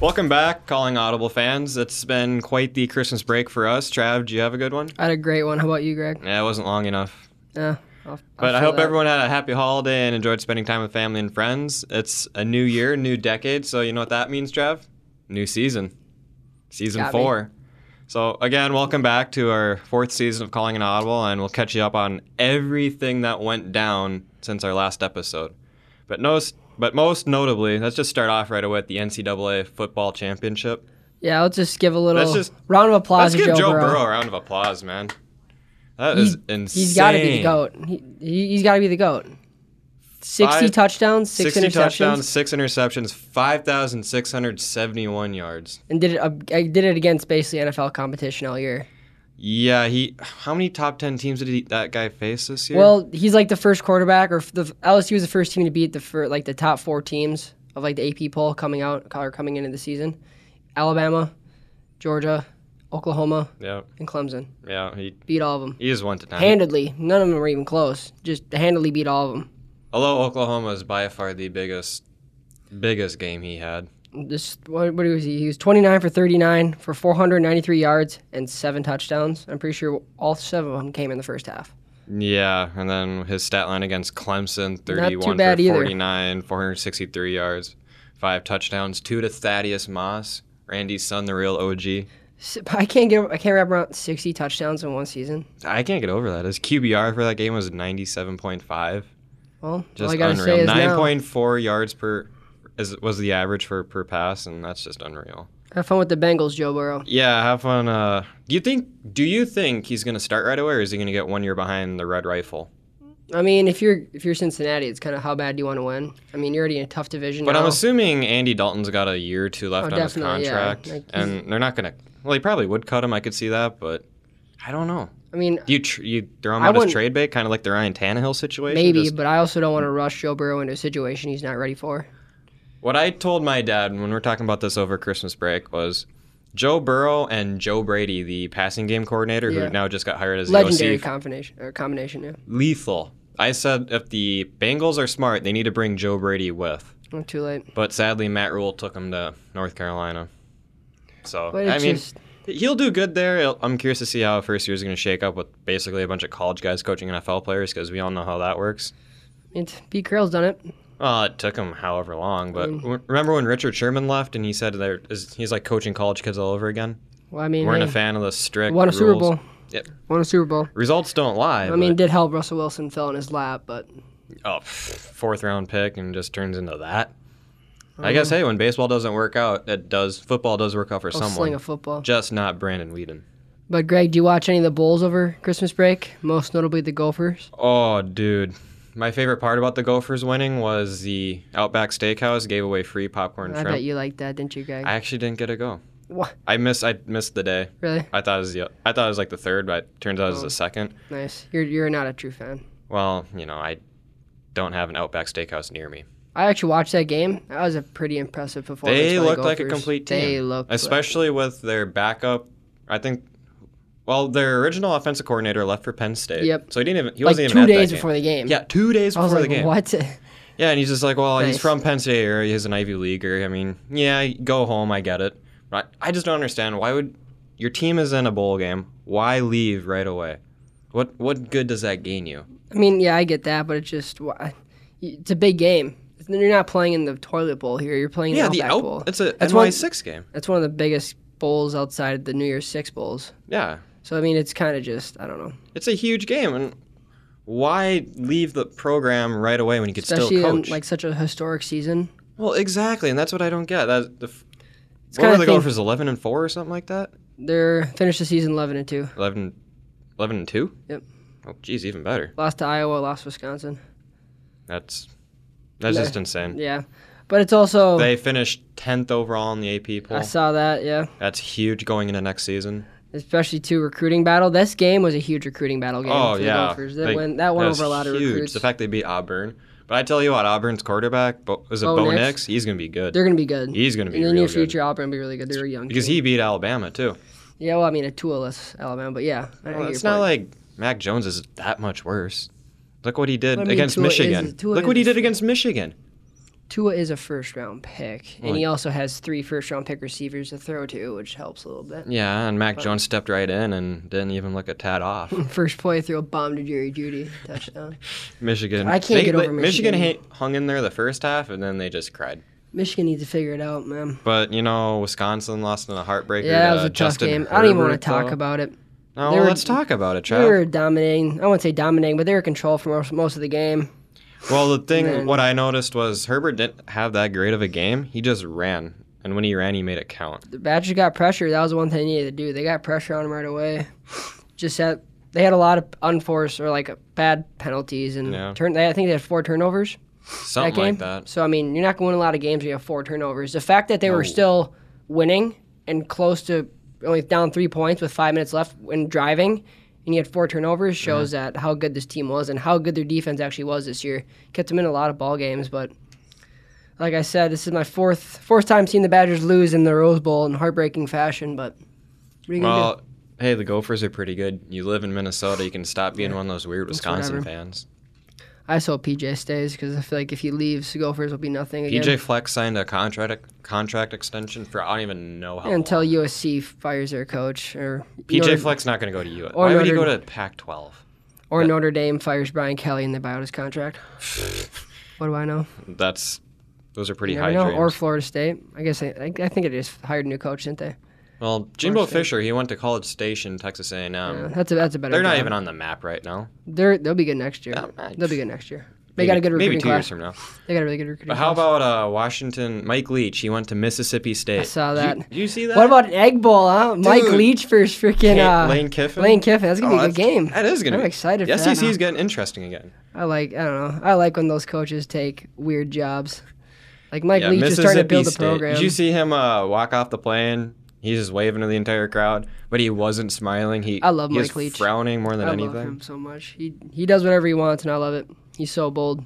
Welcome back, calling Audible fans. It's been quite the Christmas break for us. Trav, do you have a good one? I had a great one. How about you, Greg? Yeah, it wasn't long enough. Yeah. I'll- I'll But I show hope that. everyone had a happy holiday and enjoyed spending time with family and friends. It's a new year, new decade, so you know what that means, Trav? New season. Season Got me. four. So again, welcome back to our fourth season of Calling an Audible, and we'll catch you up on everything that went down since our last episode. But most, but most notably, let's just start off right away at the NCAA football championship. Yeah, let's just give a little Let's just- round of applause Let's to give Joe, Burrow. a round of applause, man. That He's- is insane. He's got to be the goat. He, he, he's got to be the goat. Sixty Five- touchdowns, six 60 interceptions, touchdowns, six interceptions, 5,671 yards. and did it. uh, I did it against basically NFL competition all year. Yeah, he. How many top 10 teams did he, that guy face this year? Well, he's like the first quarterback, or f- the LSU was the first team to beat the fir- like the top four teams of like the AP poll coming out or coming into the season. Alabama, Georgia, Oklahoma, yeah, and Clemson yeah, he, beat all of them he is one to nine. handedly. None of them were even close. Just handedly beat all of them. Although Oklahoma is by far the biggest, biggest game he had. This what, what was he? He was 29 for 39 for 493 yards and seven touchdowns. I'm pretty sure all seven of them came in the first half. Yeah, and then his stat line against Clemson, too 31 bad for either. 49, 463 yards, five touchdowns, two to Thaddeus Moss, Randy's son, the real OG. S- but I can't get I can't wrap around 60 touchdowns in one season. I can't get over that. His QBR for that game was 97.5. Well, all Just I gotta unreal. say is now, 9.4 yards per is, was the average for per pass, and that's just unreal. have fun with the Bengals, Joe Burrow. Yeah, have fun. Uh, do you think? Do you think he's gonna start right away, or is he gonna get one year behind the Red Rifle? I mean, if you're if you're Cincinnati, it's kind of how bad do you want to win? I mean, you're already in a tough division. But now. I'm assuming Andy Dalton's got a year or two left Oh, on his definitely, yeah. contract, Like, he's- and they're not gonna. Well, he probably would cut him. I could see that, but I don't know. I mean, Do you tr- you throw him I out as wouldn't- trade bait, kind of like the Ryan Tannehill situation? maybe, Just- but I also don't want to rush Joe Burrow into a situation he's not ready for. What I told my dad when we were talking about this over Christmas break was Joe Burrow and Joe Brady, the passing game coordinator, Yeah. who now just got hired as Legendary the OC, combination or combination, yeah. lethal. I said if the Bengals are smart, they need to bring Joe Brady with. Oh, too late. But sadly, Matt Rule took him to North Carolina. So But I it's mean, just he'll do good there. He'll- I'm curious to see how first year is going to shake up with basically a bunch of college guys coaching NFL players because we all know how that works. it's Pete Carroll's done it. Well, it took him however long, but Mm. w- remember when Richard Sherman left and he said there is he's like coaching college kids all over again. Well, I mean, Weren't a hey, fan of the strict won a rules. Super Bowl. Yep. Won a Super Bowl. Results don't lie. I mean, did help Russell Wilson fell in his lap, but oh, pff, fourth round pick and just turns into that. Mm. I guess hey, when baseball doesn't work out, it does. Football does work out for I'll someone, Oh, sling a football. just not Brandon Whedon. But Greg, do you watch any of the Bulls over Christmas break? Most notably the Gophers. Oh, dude. My favorite part about the Gophers winning was the Outback Steakhouse gave away free popcorn I shrimp. bet you liked that, didn't you, Greg? I actually didn't get a go. What? I miss I missed the day. Really? I thought it was the I thought it was like the third, but it turns out it was Oh. the second. Nice. You're you're not a true fan. Well, you know, I don't have an Outback Steakhouse near me. I actually watched that game. That was a pretty impressive performance. They by the looked like a Gophers. complete team, They looked like- especially with their backup. I think, well, their original offensive coordinator left for Penn State. Yep. So he didn't even he like wasn't even two at that days game. before the game. Yeah, two days I before was like, the game. what? Yeah, and he's just like, well, he's Nice. from Penn State area. He's an Ivy leaguer. I mean, yeah, go home. I get it. But I I just don't understand why would your team is in a bowl game. Why leave right away? What what good does that gain you? I mean, yeah, I get that, but it's just why- it's a big game. You're not playing in the toilet bowl here. You're playing in Yeah, the the Outback out. Bowl. It's a That's NY six game. That's one of the biggest bowls outside the New Year's Six bowls. Yeah, So I mean, it's kind of just I don't know. it's a huge game, and why leave the program right away when you could Especially still in coach? like such a historic season. well, exactly, and that's what I don't get. That the. f- It's What kind were of the thing- Gophers? Eleven and four or something like that. They're finished the season 11 and two. 11, 11 and two. Yep. Oh, geez, even better. Lost to Iowa. Lost to Wisconsin. That's that's Yeah. just insane. Yeah, but it's also They finished tenth overall in the AP I poll. saw that. Yeah, That's huge going into next season. especially two recruiting battle. This game was a huge recruiting battle game. oh for the yeah, Gophers. That They- went that won was over a lot of huge. recruits. The fact they beat Auburn, but I tell you what, Auburn's quarterback Bo, is it Bo Bo, Nix? Nix? He's gonna be good. They're gonna be good. He's gonna be in the real near good. future. Auburn will be really good. They're a young because team. he beat Alabama too. Yeah, well, I mean, a Tuolus Alabama, but yeah, I Well, get it's your not point. like Mac Jones is that much worse. Look what he did I mean, against Tua is- Michigan. Tua Look what he is- did against Michigan. Tua is a first round pick, and Well, he also has three first round pick receivers to throw to, which helps a little bit. Yeah, and Mac But- Jones stepped right in and didn't even look a tad off. First play, throw a bomb to Jerry Judy, touchdown. Michigan. I can't they- get over they- Michigan. Michigan. ha- hung in there the first half, and then they just cried. Michigan needs to figure it out, man. But you know, Wisconsin lost in a heartbreaker. Yeah, that to was a tough Justin game. I don't even want to Herbert, talk though. about it. No, they well, were- let's talk about it, They Trav. were dominating. I wouldn't say dominating, but they were in control for most, most of the game. Well, the thing, Then- what I noticed was Herbert didn't have that great of a game. He just ran, and when he ran, he made it count. The Badgers got pressure. That was the one thing they needed to do. They got pressure on them right away. Just had they had a lot of unforced or like bad penalties and Yeah. turn. They, I think they had four turnovers Something that game. like that. So I mean, you're not going to win a lot of games when you have four turnovers. The fact that they No. were still winning and close to only down three points with five minutes left when driving. And you had four Mm-hmm. turnovers shows that how good this team was and how good their defense actually was this year. Kept them in a lot of ball games, but like I said, this is my fourth fourth time seeing the Badgers lose in the Rose Bowl in heartbreaking fashion. But what are you gonna Well, hey, the Gophers are pretty good. You live in Minnesota, you can stop being one of those weird It's Wisconsin whatever. fans. do? I just hope PJ stays because I feel like if he leaves, the Gophers will be nothing again PJ Fleck signed a contract contract extension for I don't even know how. until long. USC fires their coach or PJ Notre, Fleck's not going to go to U. or Why would he go to Notre- Pac-12? or Notre Dame fires Brian Kelly and they buy out his contract. what do I know? That's those are pretty You high never know. dreams. Or Florida State. I guess I, I, I think they just hired a new coach, didn't they? well, Jimbo Florida State. Fisher, he went to College Station, Texas A&M. Yeah, that's a that's a better. Um, They're not job. even on the map right now. They're they'll be good next year. Oh, nice. They'll be good next year. They Maybe- got a good recruiting maybe two years class. from now. They got a really good recruiting But how class. about uh, Washington? Mike Leach, he went to Mississippi State. I saw Did you- that. Did you, see that? What about an egg bowl, huh? Mike Dude. Leach versus freaking Kate- uh, Lane Kiffin? Lane Kiffin. That's gonna Oh, be a good that's- game. That is gonna. I'm be. excited The for that SEC is now. getting interesting again. I like. I don't know. I like when those coaches take weird jobs. Like Mike yeah, Leach is starting Mississippi to build a State. program. Did you see him uh, walk off the plane? He's just waving to the entire crowd, but he wasn't smiling. He I love he was Mike Leach. frowning more than I anything. love him so much. He he does whatever he wants, and I love it. He's so bold.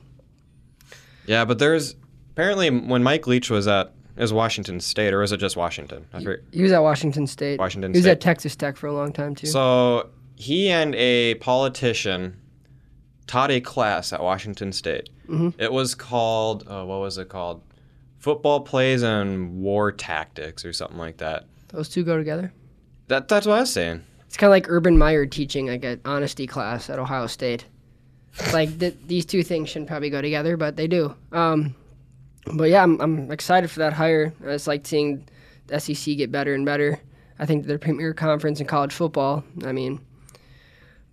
Yeah, but there's apparently when Mike Leach was at is Washington State or was it just Washington? I forget. He was at Washington State. Washington He was State. at Texas Tech for a long time too. So he and a politician taught a class at Washington State. Mhm. It was called uh, what was it called? Football plays and war tactics or something like that. those two go together. That that's what I was saying. It's kind of like Urban Meyer teaching like an honesty class at Ohio State. It's like th- these two things shouldn't probably go together, but they do. Um, but yeah, I'm, I'm excited for that hire. I just like seeing the SEC get better and better. I think they're premier conference in college football. I mean,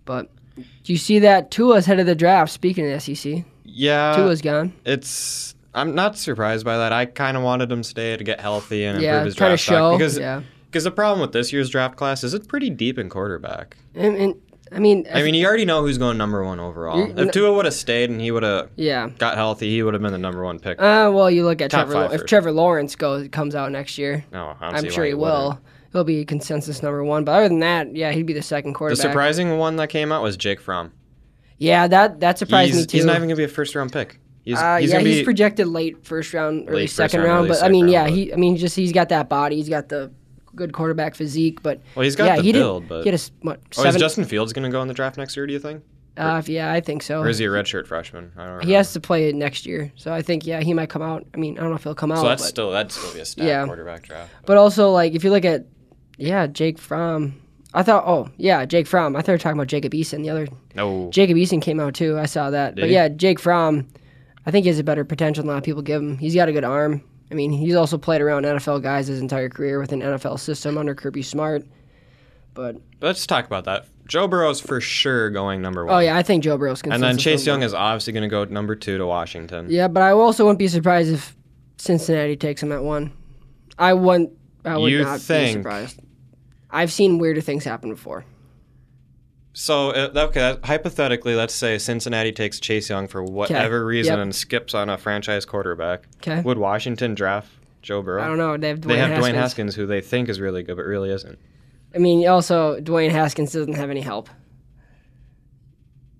but do you see that Tua's head of the draft? Speaking of SEC, Yeah, Tua's gone. it's. I'm not surprised by that. I kind of wanted him to stay to get healthy and Yeah, improve his trying draft to show. stock because yeah, because the problem with this year's draft class is it's pretty deep in quarterback. and, and I mean, E I mean, you already know who's going number one overall. You- If Tua would have stayed and he would have yeah. got healthy, he would have been the number one pick. Uh, well, you look at Top Trevor. five Law- If first. Trevor Lawrence goes comes out next year, no, I don't I'm see sure why he, wouldn't. will. He'll be consensus number one. But other than that, yeah, he'd be the second The quarterback. surprising one that came out was Jake Fromm. yeah, that that surprised me He's, too. he's not even gonna be a first round pick. He's, uh, he's yeah, gonna he's be projected late first round, early Late first second round, round. early but I mean, second yeah, round, he. I mean, just he's got that body. He's got the good quarterback physique. But well. He's got yeah, the he build, did. but He had a s- what oh, is seven? Justin Fields gonna go in the draft next year? Do you think, uh, yeah, I think so. or is he a redshirt freshman? I don't know. He has to play it next year, so I think yeah, he might come out. I mean, I don't know if he'll come out. So that's Oh, but- still that'd still be a stacked Yeah. quarterback draft. But also, like, if you look at, yeah, Jake Fromm. I thought, oh, yeah, Jake Fromm. I thought you were talking about Jacob Eason. The other No, Jacob Eason came out too. I saw that. Did but he? yeah, Jake Fromm. I think he has a better potential than a lot of people give him. He's got a good arm. I mean, he's also played around NFL guys his entire career with an NFL system under Kirby Smart. But let's talk about that. Joe Burrow's for sure going number one. oh yeah, I think Joe Burrow's and then consensus Chase number Young is obviously gonna go number two to Washington. one. Yeah, but I also wouldn't be surprised if Cincinnati takes him at one. I wouldn't. I would You not think- be surprised. I've seen weirder things happen before. So uh, okay, that, hypothetically, let's say Cincinnati takes Chase Young for whatever reason Yep. and skips on a franchise quarterback. Okay. Would Washington draft Joe Burrow? I don't know. They have Dwayne They have Haskins. Dwayne Haskins, who they think is really good, but really isn't. I mean, also Dwayne Haskins doesn't have any help.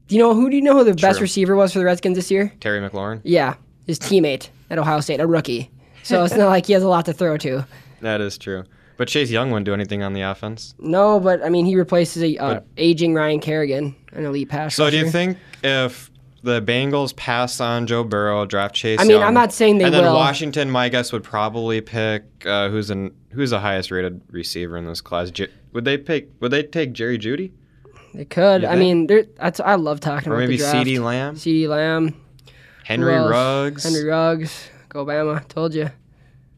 Do you know who? Do you know who the best True. receiver was for the Redskins this year? Terry McLaurin. Yeah, his teammate at Ohio State, a rookie. So it's not like he has a lot to throw to. That is true. But Chase Young wouldn't do anything on the offense. No, but I mean, he replaces a uh, aging Ryan Kerrigan, an elite pass. So do you rusher. think if the Bengals pass on Joe Burrow, draft Chase. I mean, Young. I'm not saying they And then will. Washington, my guess would probably pick uh, who's an who's the highest rated receiver in this class. J- would they pick? Would they take Jerry Judy They could. You I think? mean, there- that's I love talking or about maybe the draft. C.D. Lamb, CD Lamb, Henry Ruff, Ruggs, Henry Ruggs, Go Bama. Told you.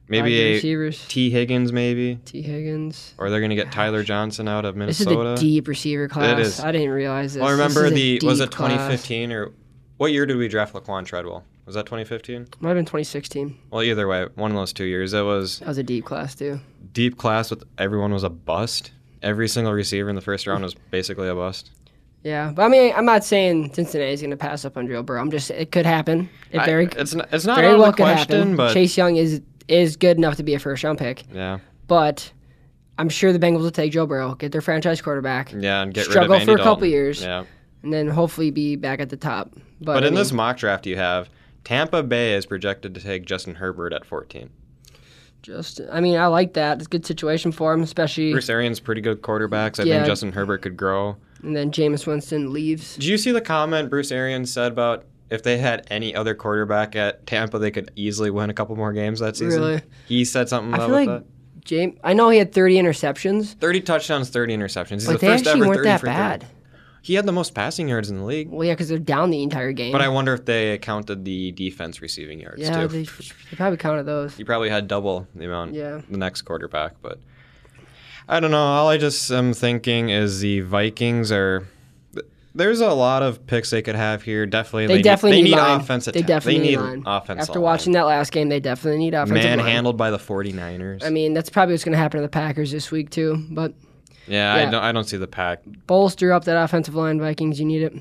maybe a receivers. T. Higgins, maybe, T Higgins. or they're gonna get Tyler Johnson out of This is a Minnesota. deep receiver class. is. I didn't realize this. well, I This remember is a the was deep it class. 2015 or what year did we draft Laquan Treadwell? Was that 2015? Might have been 2016. Well, either way, one of those two years. It was That was a deep class too. deep class with everyone was a bust. Every single receiver in the first round was basically a bust. Yeah, but I mean, I'm not saying Cincinnati's going to pass up on Joe Burrow. I'm just it could happen. It I- very it's not, it's not very out of well the could happen. question, but Chase Young is is good enough to be a first round pick, yeah, but I'm sure the Bengals will take Joe Burrow, get their franchise quarterback, yeah, and get rid Struggle for of a Andy couple Dalton. years. Yeah, and then hopefully be back at the top. But, but, I in this mean, mock draft you have Tampa Bay is projected to take Justin Herbert at 14. just I mean, I like that. It's a good situation for him, especially Bruce Arians pretty good quarterbacks. I Yeah. think Justin Herbert could grow. and then Jameis Winston leaves. Did you see the comment Bruce Arians said about if they had any other quarterback at Tampa, they could easily win a couple more games that season? Really? He said something I about feel like that. James. I know he had 30 interceptions, 30 touchdowns, 30 interceptions. He's but the they first actually ever weren't 30 that for 30. bad. He had the most passing yards in the league. Well, yeah, because they're down the entire game. But I wonder if they counted the defense receiving yards yeah, too. they, they probably counted those. You probably had double the amount Yeah. the next quarterback, but I don't know. All I just am thinking is the Vikings are. th- There's a lot of picks they could have here. Definitely, They, definitely need, they need line. offensive. They ta- definitely they need line. offensive After line. watching that last game, they definitely need offensive line. manhandled by the 49ers. I mean, that's probably what's going to happen to the Packers this week too. But yeah, I yeah. don't. I don't see the pack. bolster up that offensive line, Vikings. You need it.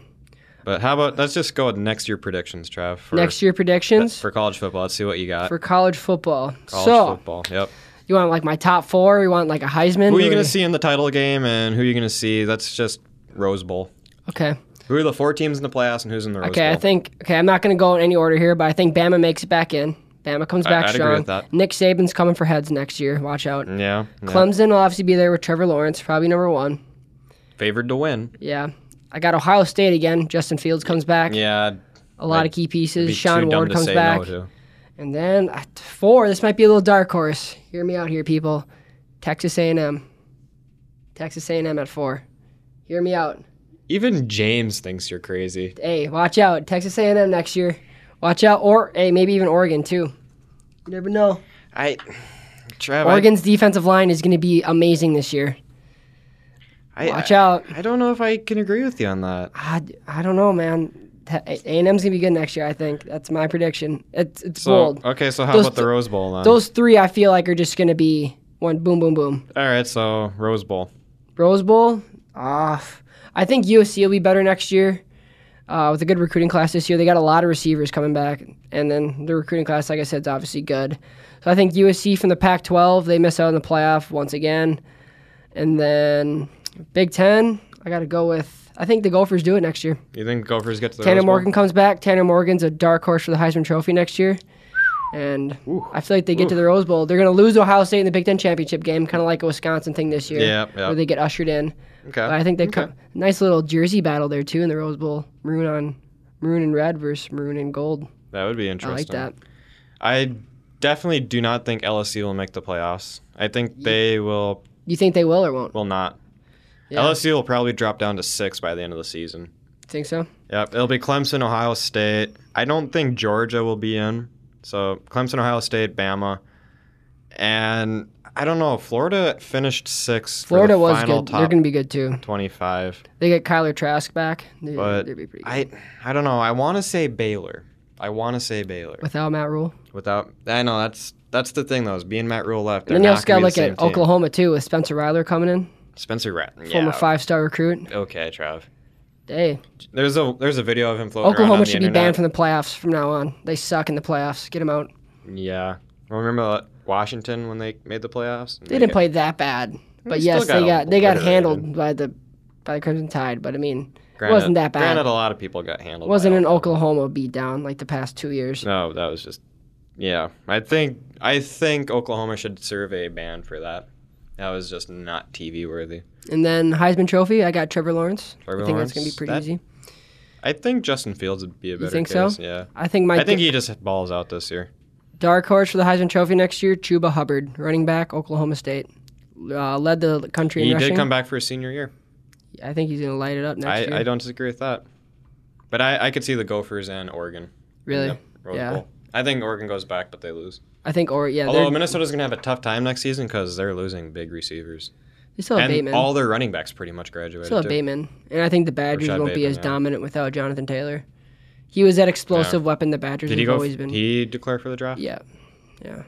But how about let's just go with next year predictions, Trav. For, Next year predictions for college football. Let's see what you got. for college football. college so football. Yep. you want like my top four? You want like a Heisman? Who are you or- going to see in the title game, and who are you going to see? That's just Rose Bowl. Okay. Who are the four teams in the playoffs, and who's in the Rose Okay, Bowl? I think okay, I'm not going to go in any order here, but I think Bama makes it back in. Bama comes I- back I'd agree strong. with that. Nick Saban's coming for heads next year. Watch out. Yeah, yeah. Clemson will obviously be there with Trevor Lawrence, probably number one. favored to win. Yeah. I got Ohio State again. Justin Fields comes back. Yeah, a lot I'd of key be pieces. too Sean dumb Ward to comes say back. no to. and then at four, this might be a little dark horse. Hear me out here, people. Texas A&M. Texas A&M at four. Hear me out. Even James thinks you're crazy. Hey, watch out. Texas A&M next year. Watch out. Or, hey, maybe even Oregon, too. You never know. I, Trav, I- Oregon's defensive line is going to be amazing this year. I, Watch I, out. I don't know if I can agree with you on that. I, I don't know, man. Te- A&M's going to be good next year, I think. That's my prediction. It's, it's So bold. okay, so how Those about the th- Rose Bowl then? Those three, I feel like, are just going to be one boom, boom, boom. All right, so Rose Bowl. Rose Bowl, off. I think USC will be better next year uh, with a good recruiting class this year. They got a lot of receivers coming back, and then the recruiting class, like I said, is obviously good. So I think USC from the Pac-12, they miss out on the playoff once again, and then Big Ten, I got to go with. I think the Gophers do it next year. You think Gophers get to the Tanner Rose Bowl? Morgan comes back. Tanner Morgan's a dark horse for the Heisman Trophy next year. And I feel like they get to the Rose Bowl. They're going to lose Ohio State in the Big Ten championship game, kind of like a Wisconsin thing this year, Yeah, yeah. where they get ushered in. Okay. But I think they okay. come nice little jersey battle there too in the Rose Bowl. Maroon on maroon and red versus maroon and gold. That would be I interesting. like that. I definitely do not think LSU will make the playoffs. I think they will You think they will or won't? will not. Yeah. LSU will probably drop down to six by the end of the season. Think so? Yep, it'll be Clemson, Ohio State. I don't think Georgia will be in. So Clemson, Ohio State, Bama, and I don't know. Florida finished sixth. Florida for the was final good. They're Top going to be good too. twenty-five. They get Kyler Trask back. They, But they'd be pretty good. I I don't know. I want to say Baylor. I want to say Baylor. Without Matt Rule. Without I know that's that's the thing though. Is being Matt Rule left. And then they're you not also got to gonna be look the at same team. Oklahoma too with Spencer Ryler coming in, Spencer Rattler, former five star recruit. Okay, Trav. Hey, There's a there's a video of him floating around on Oklahoma the should be internet. banned from the playoffs from now on. They suck in the playoffs. Get them out. Yeah. Remember uh, Washington when they made the playoffs? They didn't play that bad, but still yes, got they got they got handled obliterated. by the by the Crimson Tide. But I mean, Granted- wasn't that bad. Granted, a lot of people got handled. it wasn't by an Oklahoma beatdown like the past two years. No, that was just. Yeah, I think I think Oklahoma should serve a ban for that. That was just not TV worthy. And then Heisman Trophy, I got Trevor Lawrence. Trevor I think that's gonna be Lawrence, pretty that- easy. I think Justin Fields would be a better think so? case. Yeah. I think my I think he just balls out this year. dark horse for the Heisman Trophy next year, Chuba Hubbard, running back, Oklahoma State. Uh, led the country in He rushing. did come back for his senior year. I think he's going to light it up next year. I, I don't disagree with that. But I, I could see the Gophers and Oregon. really. Yep, Rose Yeah. Bowl. I think Oregon goes back, but they lose. I think or yeah, Although they're- Minnesota's going to have a tough time next season because they're losing big receivers. they still have and Bateman. all their running backs pretty much graduated. Still have too. Bateman, and I think the Badgers Rashad won't be Bateman, as yeah. dominant without Jonathan Taylor. He was that explosive weapon the Badgers Did he have go? always been. He declared for the draft. yeah, yeah.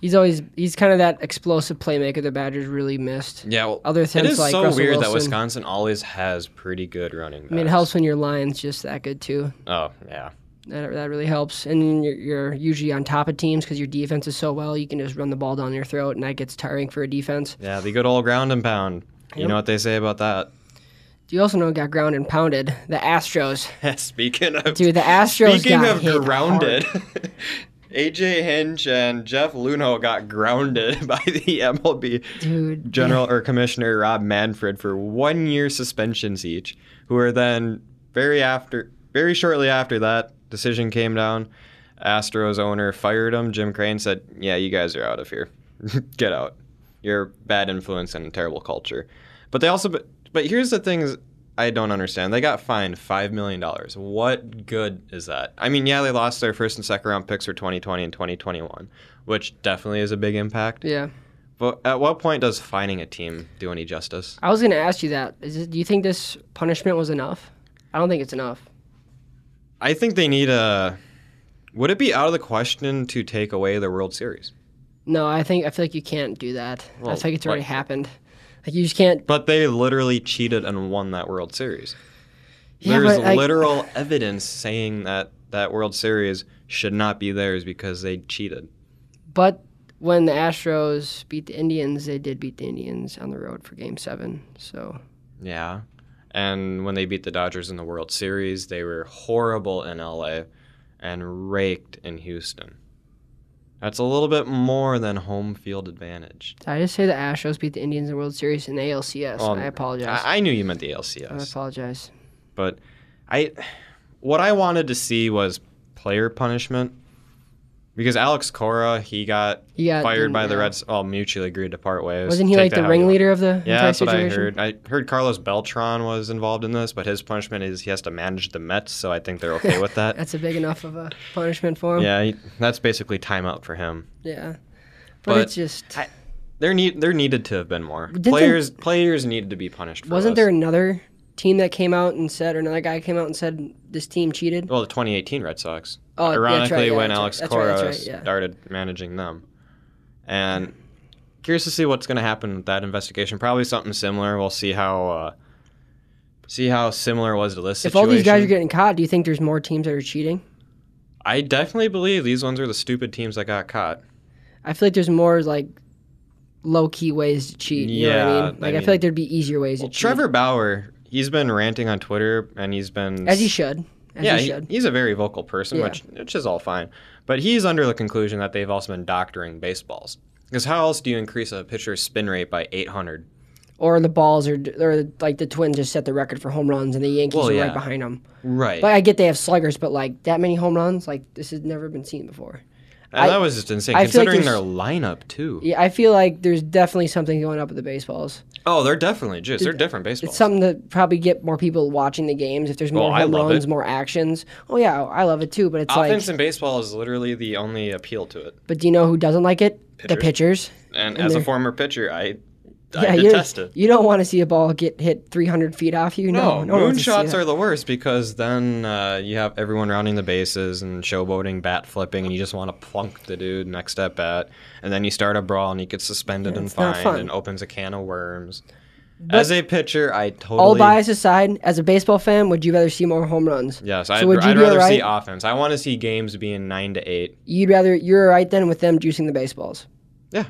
He's always he's kind of that explosive playmaker the Badgers really missed. Yeah. Well, Other it things is like so Russell weird that Wilson. Wisconsin always has pretty good running. Backs. I mean, it helps when your line's just that good too. Oh yeah. That, that really helps, and then you're, you're usually on top of teams because your defense is so well. You can just run the ball down their throat, and that gets tiring for a defense. Yeah, the good old ground and pound. You Yep. know what they say about that. Do you also know who got ground and pounded? The Astros, Speaking of dude. The Astros Speaking got of hit hard. grounded, AJ Hinch and Jeff Luno got grounded by the MLB dude. General or Commissioner Rob Manfred for one year suspensions each, who were then very after very shortly after that decision came down, Astros owner fired him. Jim Crane said, Yeah, you guys are out of here. Get out. You're a bad influence and a terrible culture. But they also but, but here's the things I don't understand. They got fined five million dollars. What good is that? I mean, yeah, they lost their first and second round picks for 2020 and 2021, which definitely is a big impact. Yeah. But at what point does finding a team do any justice? I was going to ask you that. Is it, do you think this punishment was enough? I don't think it's enough. I think they need a. Would it be out of the question to take away the World Series? No, I think I feel like you can't do that. I Well, feel like it's already like- happened. Like you just can't. But they literally cheated and won that World Series. Yeah, There's but, like- literal evidence saying that that World Series should not be theirs because they cheated. But when the Astros beat the Indians, they did beat the Indians on the road for Game Seven. So Yeah. And when they beat the Dodgers in the World Series, they were horrible in LA and raked in Houston. That's a little bit more than home field advantage. did I just say the Astros beat the Indians in the World Series in the ALCS? Um, I apologize. I, I, I knew you meant the LCS, apologize. but I what I wanted to see was player punishment because Alex Cora he got He got fired didn't- by the yeah. Reds. All mutually agreed to part ways. Wasn't he Take like that the how you want. ringleader of the Yeah, entire that's what I situation? heard. I heard Carlos Beltran was involved in this, but his punishment is he has to manage the Mets, so I think they're okay with that. That's a big enough of a punishment for him. yeah, he, that's basically timeout for him. Yeah. But, But it's just. There need there needed to have been more they- players. players needed to be punished. For Wasn't this. there another team that came out and said, or another guy came out and said this team cheated? Well, the 2018 Red Sox. Oh, that's right, Ironically, yeah, when that's right, Alex that's right, Cora that's right, yeah. started managing them, and curious to see what's going to happen with that investigation. Probably something similar. We'll see how uh, see how similar it was to this If situation. all these guys are getting caught, do you think there's more teams that are cheating? I definitely believe these ones are the stupid teams that got caught. I feel like there's more like low key ways to cheat. You know what Yeah, I mean? I Like I, mean- feel like there'd be easier ways Well, to cheat. Trevor Bauer, he's been ranting on Twitter, and he's been as he should, as yeah, he he- should. he's a very vocal person, Yeah. which which is all fine. But he's under the conclusion that they've also been doctoring baseballs. Because how else do you increase a pitcher's spin rate by 800? Or the balls are, or like the Twins just set the record for home runs, and the Yankees Well, are yeah. right behind them. Right. But I get they have sluggers, but like that many home runs, like this has never been seen before. And I- that was just insane, I feel like considering their there's- lineup too. Yeah, I feel like there's definitely something going up with the baseballs. Oh, they're definitely just they're different It's baseballs. something to probably get more people watching the games. If there's more Oh, I home love runs, it. more actions. Oh yeah, I love it too. But it's Offense like, in baseball is literally the only appeal to it. but do you know who doesn't like it? The pitchers. And, And as a they're- former pitcher, I yeah, I detest you, it. you don't want to see a ball get hit 300 feet off you. No, No, no one wants to see moonshots that. are the worst because then uh, you have everyone rounding the bases and showboating, bat flipping, and you just want to plunk the dude next at bat, and then you start a brawl and you get suspended and it's not fun. fined and opens a can of worms. as a pitcher, I totally All bias aside, as a baseball fan, would you rather see more home runs? yes. So I'd, would you I'd be rather alright? see offense. I want to see games being nine to eight. You'd rather you're all right then with them juicing the baseballs. Yeah,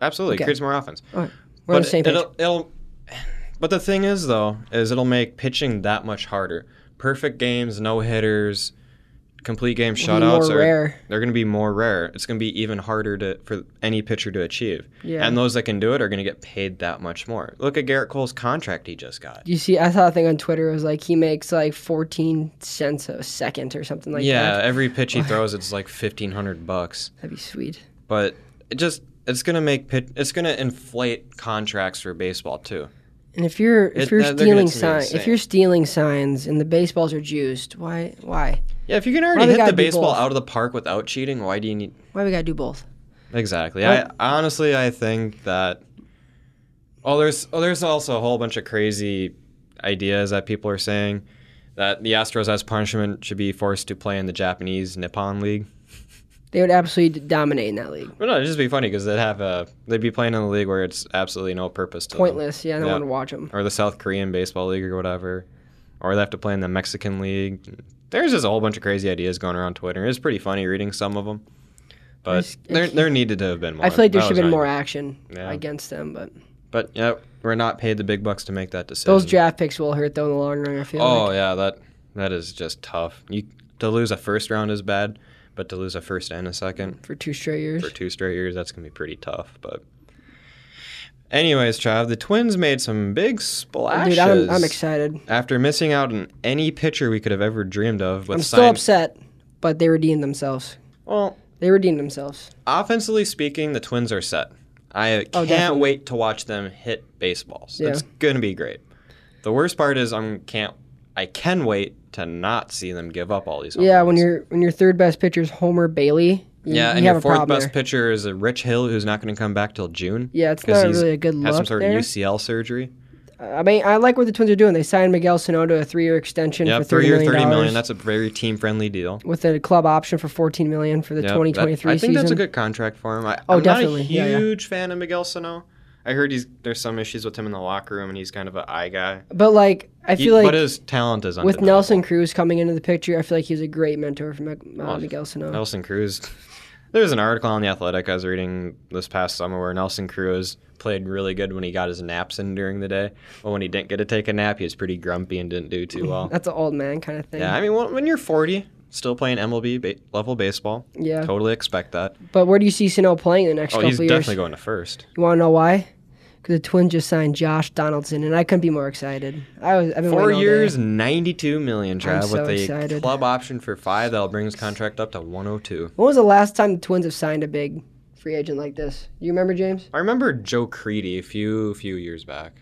absolutely. Okay. Creates more offense. All right, we're on the same page. It'll, it'll, but the thing is, though, is it'll make pitching that much harder. Perfect games, no hitters, complete game It'll be more shutouts are rare. they're going to be more rare. It's going to be even harder to for any pitcher to achieve. Yeah. And those that can do it are going to get paid that much more. Look at Garrett Cole's contract he just got. Do you see? I saw a thing on Twitter. It was like he makes like 14 cents a second or something like yeah, that. every pitch he throws it's like 1500 bucks. That'd be sweet. But it just it's going to make pit, it's going to inflate contracts for baseball too. And if you're if It- you're they're gonna stealing do the signs, if same. you're stealing signs and the baseballs are juiced, why why Yeah, if you can Why already they hit gotta the do baseball both? out of the park without cheating, why do you need why we gotta do both? Exactly. Like- I honestly I think that oh there's oh there's also a whole bunch of crazy ideas that people are saying that the Astros as punishment should be forced to play in the Japanese Nippon League. They would absolutely d- dominate in that league. But no, it'd just be funny because they'd have a they'd be playing in the league where it's absolutely no purpose to them. Pointless. Yeah, no Uh, Yeah. one would watch them. Or the South Korean baseball league or whatever. Or they have to play in the Mexican league. There's just a whole bunch of crazy ideas going around Twitter. It's pretty funny reading some of them. But It's- there, it's- there needed to have been more. I feel like there Oh, That should was have been not- more action Yeah. against them, but But yeah, we're not paid the big bucks to make that decision. those draft picks will hurt though in the long run. I feel Oh like yeah, that that is just tough. You to lose a first round is bad, but to lose a first and a second for two straight years. for two straight years, that's gonna be pretty tough. But anyways, Trav, the Twins made some big splashes Dude, I'm, I'm excited. after missing out on any pitcher we could have ever dreamed of. With I'm still sign- upset, but they redeemed themselves. Well, They redeemed themselves. offensively speaking, the Twins are set. I Oh, can't definitely. wait to watch them hit baseballs. Yeah. It's gonna be great. The worst part is I'm can't I can wait to not see them give up all these. home Yeah, when runs. your when your third best pitcher is Homer Bailey, you, yeah, you and have your a problem fourth best there. pitcher is a Rich Hill who's not going to come back till June. Yeah, it's 'cause not he's really a good Has some look sort there. of UCL surgery. I mean, I like what the Twins are doing. They signed Miguel Sano to a three-year extension Yeah, for three thirty year million thirty dollars, million. That's a very team friendly deal. with a club option for fourteen million for the Yeah, that- twenty twenty-three I think season. that's a good contract for him. I, Oh, I'm definitely. Not a Yeah, yeah. huge fan of Miguel Sano. I heard he's there's some issues with him in the locker room, and he's kind of an eye guy. but like, I He- feel but like his talent is with undeniable. Nelson Cruz coming into the picture, I feel like he was a great mentor for Mi- uh, Oh, Miguel Sano. Nelson Cruz. There was an article on the Athletic I was reading this past summer where Nelson Cruz played really good when he got his naps in during the day, but when he didn't get to take a nap, he was pretty grumpy and didn't do too well. That's an old man kind of thing. yeah, I mean, when when you're 40, still playing MLB ba- level baseball, Yeah. totally expect that. But where do you see Sano playing the next Oh, couple he's of years? definitely going to first. You want to know why? Because the Twins just signed Josh Donaldson, and I couldn't be more excited. I was I've been Four waiting all day. years, 92 million, Trav, so with a excited. club option for five. That'll bring his contract up to 102. When was the last time the Twins have signed a big free agent like this? You remember, James? I remember Joe Creedy a few few years back.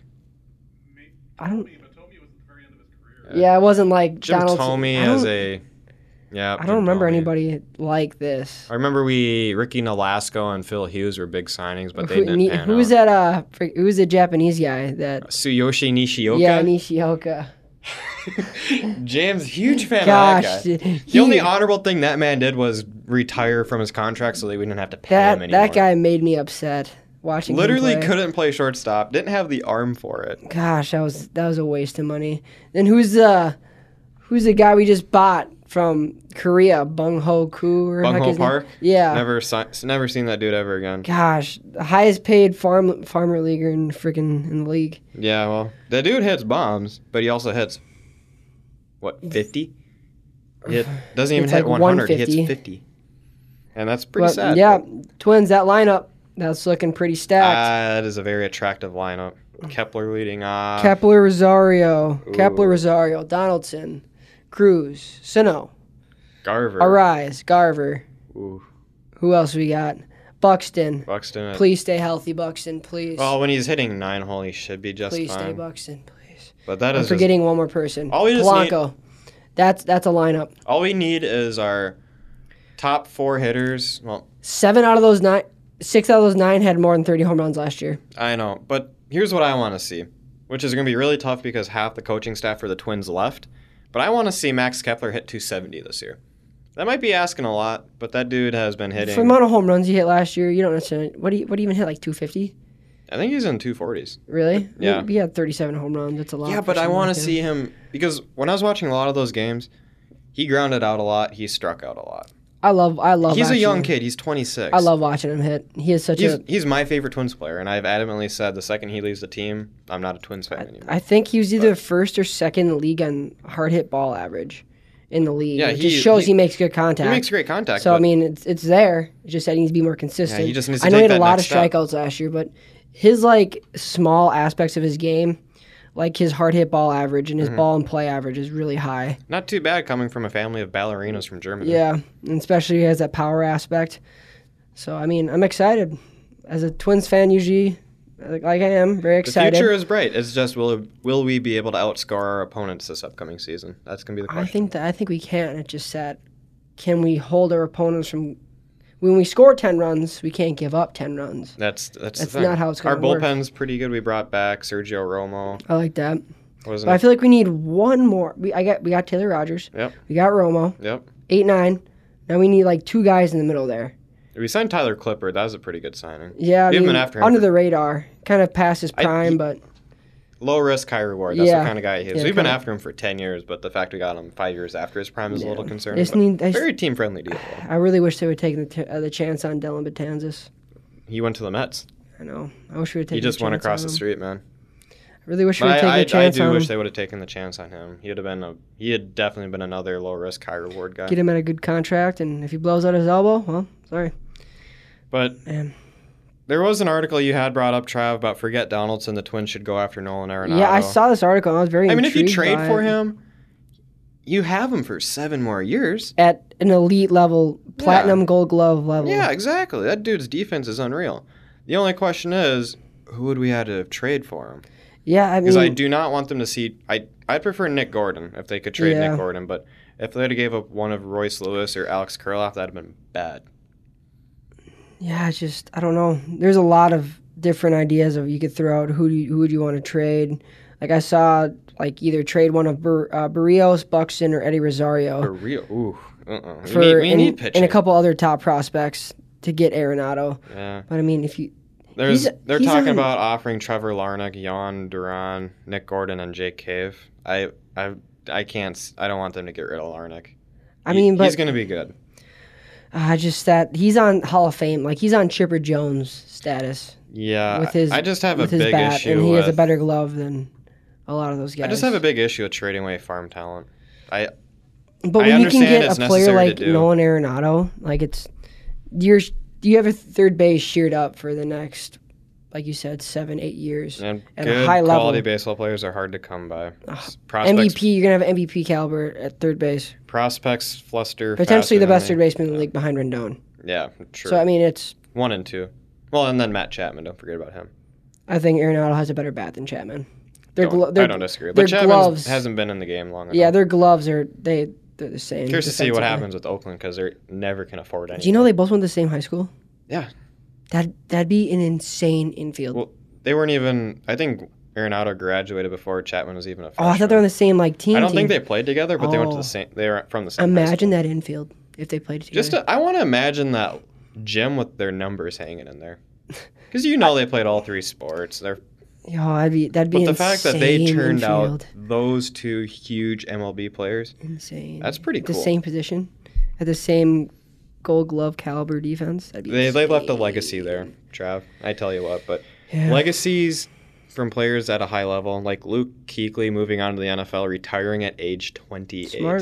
I don't. Tommy, but Tommy was at the very end of his career. Yeah, it wasn't like Jim Donaldson. Tomey I don't- as a yeah. I Jim don't remember Tomey. anybody like this. I remember we Ricky Nolasco and Phil Hughes were big signings, but they Who, didn't Ni- pan who was out. that? Uh, fr- who was the Japanese guy that? Tsuyoshi Nishioka. Yeah, Nishioka. James, huge fan of Gosh, that guy. dude, he- The only honorable thing that man did was retire from his contract so that we didn't have to pay him that anymore. that guy made me upset watching. him literally play. couldn't play shortstop, didn't have the arm for it. Gosh, that was that was a waste of money. Then who's the who's the guy we just bought from Korea? Bung Ho Koo or Bung heck Ho his name? Park. Yeah. Never, si- never seen that dude ever again. Gosh, the highest paid farm farmer leaguer in freaking in the league. Yeah, well, the dude hits bombs, but he also hits what fifty? Hit doesn't even It's hit like one hundred. He hits 150. fifty, and that's pretty But, sad. Yeah, but, Twins that lineup that's looking pretty stacked. ah, that is a very attractive lineup. Kepler leading off. Kepler Rosario, Kepler Ah. Ooh. Rosario, Donaldson, Cruz, Sino, Garver. Arise, Garver. Ooh, Who else we got? Buxton. Buxton. at- Please stay healthy, Buxton. Please, Well, when he's hitting nine hole, he should be just please stay, fine. Buxton. Please. but that I'm is just- forgetting one more person. All we just Polanco. That's that's a lineup. all we need is our top four hitters. Well, Seven out of those nine, six out of those nine had more than 30 home runs last year. I know, but here's what I want to see, which is going to be really tough because half the coaching staff for the Twins left. But I want to see Max Kepler hit 270 this year. That might be asking a lot, but that dude has been For the hitting. amount of home runs he hit last year, you don't necessarily. What do you, what do you even hit like 250? I think he's in 240s. Really? Yeah. He had 37 home runs. That's a lot. Yeah, for but I someone want like to him. see him because when I was watching a lot of those games, he grounded out a lot. He struck out a lot. I love I love. he's a watching young him. kid. He's 26. I love watching him hit. He is such He's, a. he's my favorite Twins player, and I've adamantly said the second he leaves the team, I'm not a Twins fan anymore. I think he was either first or second in the league on hard hit ball average, in the league. Yeah, it he- just shows he- he, makes good contact. He makes great contact. so I but mean, it's it's there. It's just that he needs to be more consistent. Yeah, he just needs to I know take he had that a lot of next step. strikeouts last year, but his like small aspects of his game, like his hard hit ball average and his Mm-hmm. ball and play average, is really high. not too bad coming from a family of ballerinas from Germany. Yeah, and especially he has that power aspect. So I mean, I'm excited. As a Twins fan, usually, like, like I am, very The excited. future is bright. It's just will will we be able to outscore our opponents this upcoming season? That's gonna be the I question. think that I think we can. It just said, can we hold our opponents from when we score ten runs? We can't give up ten runs. that's that's, That's the thing. not how it's Our gonna work. bullpen's pretty good. We brought back Sergio Romo. I like that, but Wasn't I feel like we need one more. We I got we got Taylor Rogers. Yep. We got Romo Yep. eight nine. Now we need like two guys in the middle there. We signed Tyler Clipper. That was a pretty good signing. Yeah, I We've been mean, after him under for- the radar, kind of past his I- prime, he- but Low risk, high reward. That's Yeah. the kind of guy he is. Yeah, We've been kinda. after him for ten years, but the fact we got him five years after his prime is a Yeah. little concerning. just but need. I, s- very team friendly deal. though. I really wish they would take the, t- uh, the chance on Dylan Batanzas. He went to the Mets. I know. I wish we would take. He just the went chance across on the him. street, man. I really wish we would But take I, I, the I chance do on wish him. they would have taken the chance on him. He would have been a he had definitely been another low risk, high reward guy. Get him at a good contract, and if he blows out his elbow, well, sorry. But Man. there was an article you had brought up, Trav, about forget Donaldson. The Twins should go after Nolan Arenado. Yeah, I saw this article. And I was very. I mean, if you intrigued trade by for it. him, you have him for seven more years. at an elite level, platinum Gold Glove level. Yeah, exactly. That dude's defense is unreal. The only question is, who would we have to trade for him? yeah. I Because mean, I do not want them to see. I I prefer Nick Gordon if they could trade Yeah. Nick Gordon, but if they'd have gave up one of Royce Lewis or Alex Kurloff, that'd have been bad. yeah. It's just I don't know. There's a lot of different ideas of you could throw out. Who do you, who do you want to trade? Like I saw, like either trade one of Bur- uh, Barrios, Buxton, or Eddie Rosario. For real, ooh, uh-uh. we for need, we and, need pitching. and a couple other top prospects to get Arenado. Yeah. But I mean, if you There's, He's- they're he's talking on- about offering Trevor Larnock, Jan Duran, Nick Gordon, and Jake Cave. I, I, I can't. s- I don't want them to get rid of Larnock. I He- mean, he's but gonna be good. uh, just that he's on Hall of Fame, like he's on Chipper Jones status Yeah. with his I just have a with his big bat, issue and he with. has a better glove than a lot of those guys. I just have a big issue with trading away farm talent. but I when you can understand get it's a player necessary to like do. Nolan Arenado, like it's you're you have a third base sheared up for the next, like you said, seven eight years. And At a good high level. quality baseball players are hard to come by. S- Prospects, MVP, you're gonna have MVP caliber at third base, prospects fluster. potentially faster the than best they- third baseman in the league behind Rendon. Yeah, true. So I mean, it's One and two. Well, and then Matt Chapman. Don't forget about him. I think Arenado has a better bat than Chapman. Their Don't- glo- their, I don't disagree. But their Chapman gloves- hasn't been in the game long enough. yeah, their gloves are they they're the same. Curious to see what defensively. happens with Oakland because they never can afford anything. Do you know they both went to the same high school? Yeah. That that'd be an insane infield. Well, they weren't even. I think Arenado graduated before Chapman was even a. oh, I thought they were on the same like team. I don't team. think they played together, but they went to Oh. the same. They were from the same. high Imagine school. that infield if they played together. Just to, I want to imagine that gym with their numbers hanging in there, because you know they played all three sports. They're yeah, that'd be that'd be But the insane fact that they turned infield. out those two huge MLB players, insane. that's pretty At cool. The same position, at the same Gold Glove caliber defense. That'd be they, they left a insane. legacy there, Trav. I tell you what, but Yeah. legacies from players at a high level, like Luke Kuechly moving on to the NFL, retiring at age 28. Smart. I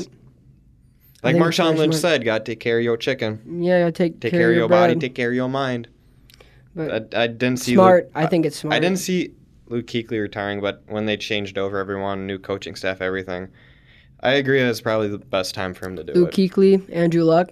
Like think it's Marshawn very Lynch smart. said, got to take care of your chicken, Yeah, take take care, of your body, bread. take care of your mind. But I, I didn't see smart. Luke- I think it's smart. I didn't see Luke Kuechly retiring, but when they changed over everyone, new coaching staff, everything, I agree. It's probably the best time for him to do Luke it. Kuechly, Andrew Luck,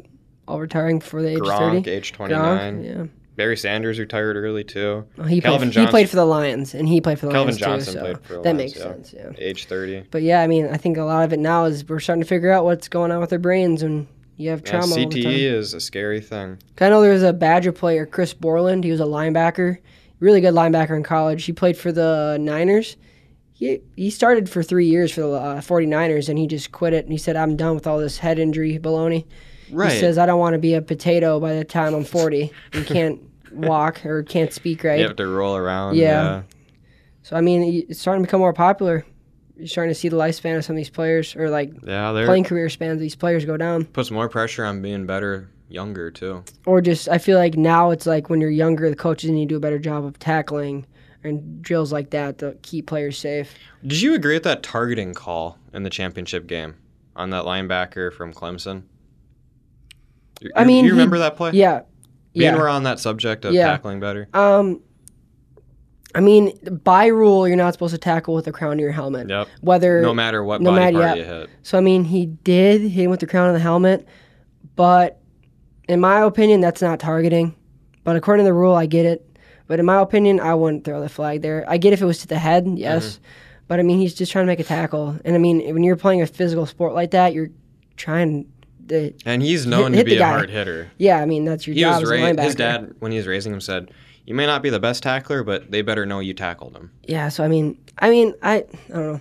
all retiring for the age of Gronk, thirty. age 29. Gronk, yeah. Barry Sanders retired early too, Well, he, Calvin played, he Johnson- played for the Lions, and he played for the Calvin Lions Johnson too. So played for the that Lions, makes yeah. sense. Yeah. age 30. But yeah, I mean, I think a lot of it now is we're starting to figure out what's going on with their brains when you have Yeah, E. trauma. all the time. CTE is a scary thing. I know there was a Badger player, Chris Borland. He was a linebacker, really good linebacker in college. He played for the Niners. He, he started for three years for the uh, 49ers, and he just quit it. And he said, I'm done with all this head injury baloney. Right. He says, I don't want to be a potato by the time I'm 40 and can't walk or can't speak right. you have to roll around. Yeah. So, I mean, it's starting to become more popular. You're starting to see the lifespan of some of these players or like Yeah, yeah there playing career spans of these players go down. puts more pressure on being better younger too. or just I feel like now it's like when you're younger, the coaches need to do a better job of tackling and drills like that to keep players safe. Did you agree with that targeting call in the championship game? on that linebacker from Clemson? You- I you- mean, you he- remember that play? Yeah. Being Yeah. we're on that subject of Yeah. tackling better. Um, I mean, by rule, you're not supposed to tackle with the crown of your helmet. Yep. Whether No matter what no body matter- part yeah. you hit. so, I mean, he did hit him with the crown of the helmet, but in my opinion, that's not targeting. But according to the rule, I get it. But in my opinion, I wouldn't throw the flag there. I get if it was to the head, yes. Mm-hmm. But I mean, he's just trying to make a tackle, and I mean, when you're playing a physical sport like that, you're trying to, And he's known hit to the be a guy. hard hitter. yeah. I mean, that's your He job was as a ra- linebacker. his dad when he was raising him said, "You may not be the best tackler, but they better know you tackled him." Yeah, so I mean, I mean, I, I don't know.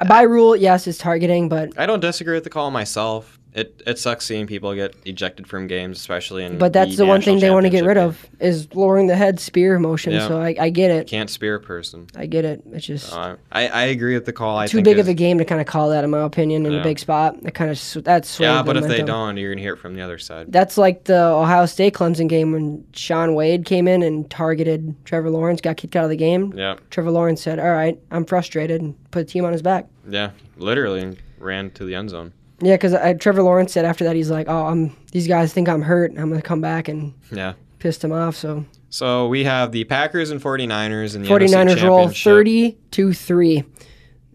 Uh, By rule, yes, it's targeting, but I don't disagree with the call myself. It it sucks seeing people get ejected from games, especially in. but that's the one national thing they want to get championship game. rid of is lowering the head spear motion. Yeah. So I, I get it, Can't spear a person. I get it. It's just Uh, I I agree with the call. I too think big is- of a game to kind of call that, in my opinion, in Yeah. a big spot. That kind of sw- that swayed Yeah, but if they momentum. don't, you're gonna hear it from the other side. that's like the Ohio State Clemson game when Sean Wade came in and targeted Trevor Lawrence, got kicked out of the game. Yeah, Trevor Lawrence said, "All right, I'm frustrated," and put a team on his back. yeah, literally ran to the end zone. Yeah, because Trevor Lawrence said after that he's like, "Oh, I'm these guys think I'm hurt. I'm gonna come back and Yeah. pissed him off." So So we have the Packers and 49ers in the 49ers NFC roll Championship. 30 to 3.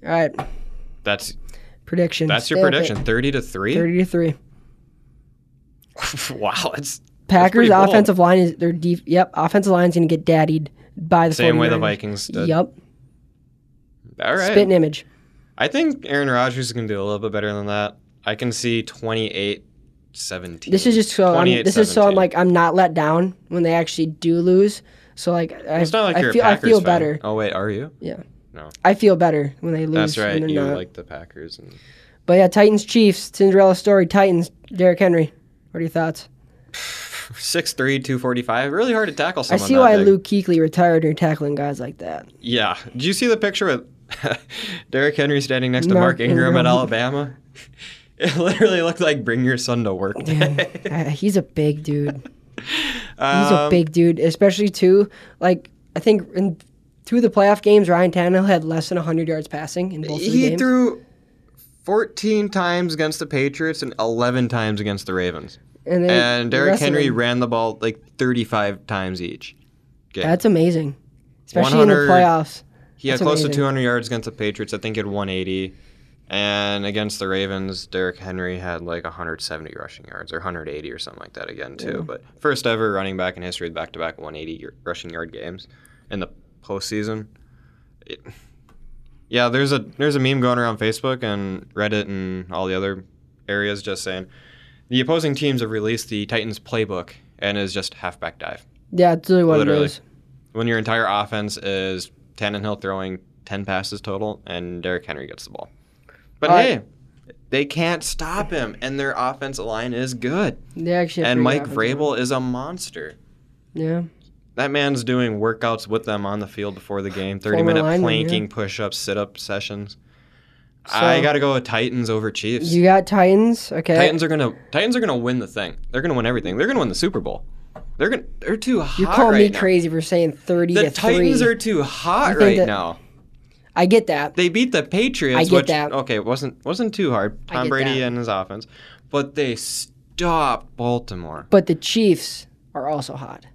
All right, That's prediction. that's your Stamp prediction. Thirty to three. It. 30 to 3. wow, it's pretty Packers bold. offensive line is their def- yep, offensive line's going to get daddied by the same way the 49ers. Vikings did. Yep. All right. Spit and image. I think Aaron Rodgers is going to do a little bit better than that. I can see 28 17. This is just so I'm, this is so I'm like I'm not let down when they actually do lose. So like I, it's not like I you're feel a Packers I feel fan. better. Oh, wait, are you? I feel better when they lose. That's When right. they're You not. like the Packers. And... but yeah, Titans Chiefs Cinderella story. Titans Derrick Henry. What are your thoughts? 6'3, 245. Really hard to tackle I someone. see that why big. Luke Kuechly retired or tackling guys like that. Yeah. Did you see the picture with Derrick Henry standing next to Mark, Mark Ingram, at Ingram. Alabama? It literally looked like bring your son to work. Yeah, I- Uh, he's a big dude. He's a Um, big dude, especially too. Like I think in two of the playoff games, Ryan Tannehill had less than 100 yards passing in both of the He games. threw 14 times against the Patriots and 11 times against the Ravens. and they- and the Derrick rest of Henry them- ran the ball like 35 times each. that's amazing, especially in the 100 playoffs. He had That's close to amazing. 200 yards against the Patriots. I think he had 180. And against the Ravens, Derrick Henry had like 170 rushing yards or 180 or something like that again too. But first ever running back in history with back-to-back 180 y- rushing yard games in the postseason. It- yeah, there's a there's a meme going around Facebook and Reddit and all the other areas just saying the opposing teams have released the Titans playbook and is just halfback dive Yeah, that's really what Literally. it is. when your entire offense is Tannenhill throwing 10 passes total and Derrick Henry gets the ball. But All right. hey, they can't stop him, and their offensive line is good. They actually have and pretty Mike good offensive Vrabel is a monster. line. That man's doing workouts with them on the field before the game 30 Former minute lineman, yeah. planking, push ups, sit up sessions. So- I got to go with Titans over Chiefs. Yeah, you got Titans. Okay, Titans are gonna Titans are gonna win the thing. They're gonna win everything. They're gonna win the Super Bowl. They're gonna they're too hot you call me right now. crazy for saying 30 The to Titans three. are too hot You think right that- now. I get that. they beat the Patriots. I get which, that. Okay, it wasn't wasn't too hard. I Tom get Brady that. and his offense, but they stopped Baltimore But the Chiefs are also hot.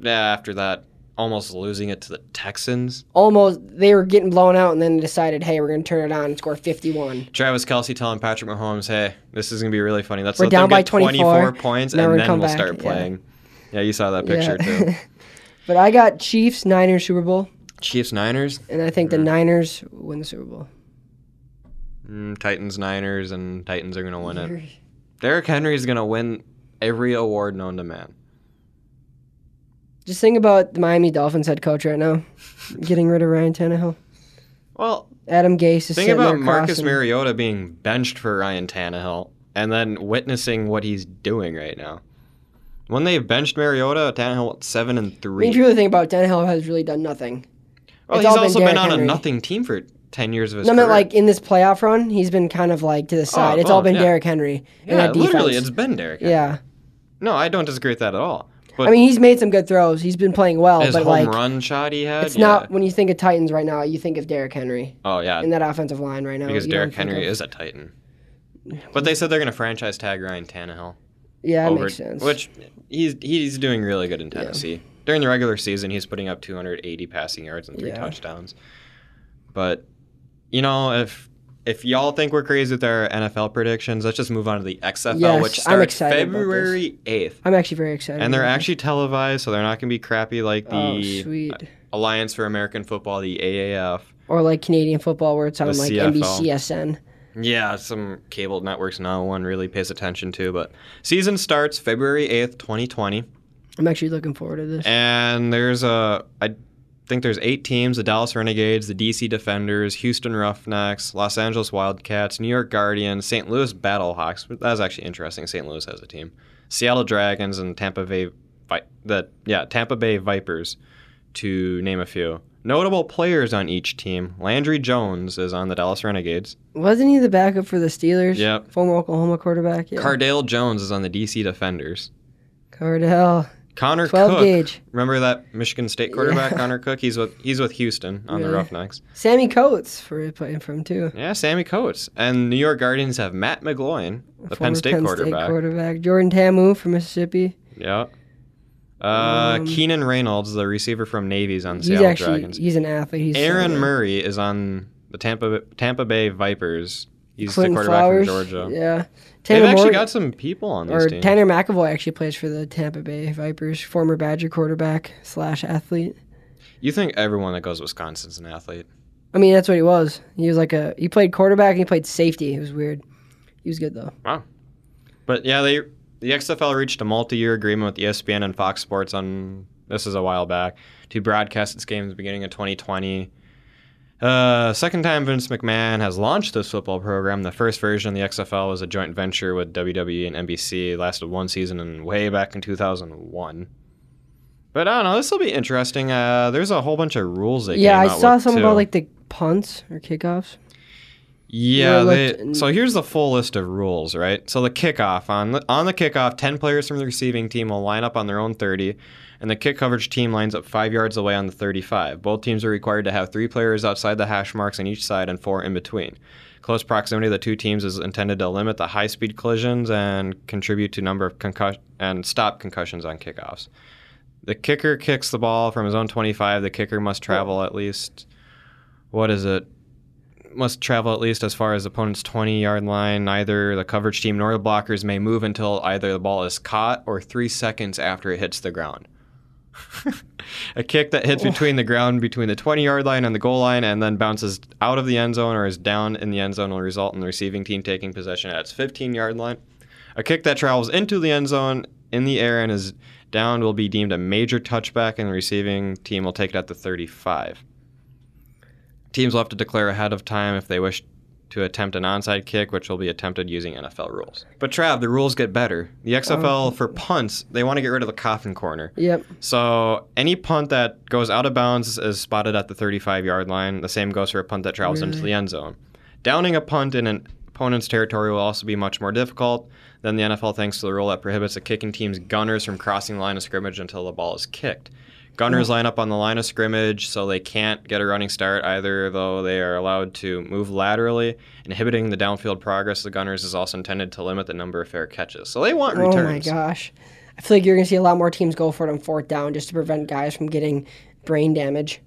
Yeah, after that, almost losing it to the Texans. Almost, they were getting blown out, and then decided, hey, we're going to turn it on and score 51. Travis Kelsey telling Patrick Mahomes, "Hey, this is gonna be really funny. Let's We're let them down by get 24 24, points, now we're and gonna then come we'll back." start Yeah. playing." Yeah, you saw that picture too. but I got Chiefs, Niners, Super Bowl, Chiefs, Niners, and I Mm-hmm. think the Niners win the Super Bowl. mm, Titans, Niners, and Titans are gonna Mm-hmm. win it. Derrick Henry is gonna win every award known to man. Just think about the Miami Dolphins head coach right now, getting rid of Ryan Tannehill. Well, Adam Gase is Think sitting there about Marcus crossing. Mariota being benched for Ryan Tannehill and then witnessing what he's doing right now. When they benched Mariota, Tannehill went seven and I mean, if three. you really think about it, Tannehill has really done nothing. Well, he's it's all been also been Derrick on a Henry. nothing team for ten years of his No, I career. meant like in this playoff run, he's been kind of like to the side. it's Oh, well, all been yeah. Derrick Henry and yeah, that defense. literally, it's been Derrick. Henry. yeah, No, I don't disagree with that at all. But I mean, he's made some good throws. He's been playing well, his Oh, but home like run shot he had. it's yeah. not when you think of Titans right now, you think of Derrick Henry Oh yeah, and that offensive line right now. because you don't Derrick think Henry of- is a Titan. But they said they're going to franchise tag Ryan Tannehill. Yeah, that over- makes sense. Which he's he's doing really good in Tennessee. During the regular season, he's putting up 280 passing yards and three Yeah. touchdowns. But you know, if if y'all think we're crazy with our NFL predictions, let's just move on to the XFL, Yes, which I'm starts excited about this. February 8th. I'm actually very excited. And they're about actually televised, so they're not going to be crappy like that. oh the sweet Alliance for American Football, the AAF. or like Canadian football where it's on The like CFL. NBCSN. Yeah, some cable networks no one really pays attention to, but season starts February 8th, 2020. I'm actually looking forward to this. And there's a, I think there's eight teams: the Dallas Renegades, the DC Defenders, Houston Roughnecks, Los Angeles Wildcats, New York Guardians, St. Louis Battlehawks. But That's actually interesting. St. Louis has a team. Seattle Dragons and Tampa Bay, Vi- the yeah Tampa Bay Vipers, to name a few. Notable players on each team: Landry Jones is on the Dallas Renegades. Wasn't he the backup for the Steelers? Yep. Former Oklahoma quarterback. Yeah. Cardale Jones is on the DC Defenders. Cardell. Connor 12 Cook, gauge. remember that Michigan State quarterback Yeah. Connor Cook? He's with he's with Houston on the Really? Roughnecks. Sammy Coates for playing for him too. Yeah, Sammy Coates. And New York Guardians have Matt McGloin, the Penn Former State quarterback. quarterback. Jordan Tamu from Mississippi. yeah. Uh, Um, Keenan Reynolds, the receiver from Navy's on the He's Seattle actually Dragons. he's an athlete. He's so Aaron good. Murray is on the Tampa Tampa Bay Vipers. He's Clinton the quarterback Flowers. from Georgia. Yeah. They've Tanner actually Morgan- got some people on this or team. Tanner McAvoy actually plays for the Tampa Bay Vipers, former Badger quarterback slash athlete. you think everyone that goes to Wisconsin's an athlete? I mean, that's what he was. He was like a he played quarterback and he played safety. It was weird. He was good though. But yeah, they the XFL reached a multi-year agreement with E ESPN and Fox Sports on this is a while back to broadcast its games beginning in 2020. Uh, second time Vince McMahon has launched this football program. The first version of the XFL was a joint venture with WWE and NBC. It lasted one season and way back in 2001. But I don't know. This will be interesting. Uh, there's a whole bunch of rules they yeah, came I out saw with, some too. about like the punts or kickoffs. Yeah, Where I they, looked and- so here's the full list of rules, right? So the kickoff on the, on the kickoff, ten players from the receiving team will line up on their own thirty, and the kick coverage team lines up five yards away on the thirty-five. Both teams are required to have three players outside the hash marks on each side and four in between. Close proximity of the two teams is intended to limit the high-speed collisions and contribute to number of concussion and stop concussions on kickoffs. The kicker kicks the ball from his own twenty-five. The kicker must travel at least what is it? Must travel at least as far as opponent's 20 yard line. Neither the coverage team nor the blockers may move until either the ball is caught or three seconds after it hits the ground. a kick that hits between the ground between the 20 yard line and the goal line and then bounces out of the end zone or is down in the end zone will result in the receiving team taking possession at its 15 yard line. A kick that travels into the end zone in the air and is down will be deemed a major touchback, and the receiving team will take it at the 35. Teams will have to declare ahead of time if they wish to attempt an onside kick, which will be attempted using NFL rules. But Trav, the rules get better. The XFL for punts, they want to get rid of the coffin corner. Yep. So any punt that goes out of bounds is spotted at the 35 yard line. The same goes for a punt that travels into Really? the end zone. Downing a punt in an opponent's territory will also be much more difficult than the NFL, thanks to the rule that prohibits a kicking team's gunners from crossing the line of scrimmage until the ball is kicked. Gunners line up on the line of scrimmage, so they can't get a running start either, though they are allowed to move laterally. Inhibiting the downfield progress of the gunners is also intended to limit the number of fair catches. So they want returns. Oh my gosh. I feel like you're gonna see a lot more teams go for it on fourth down just to prevent guys from getting brain damage.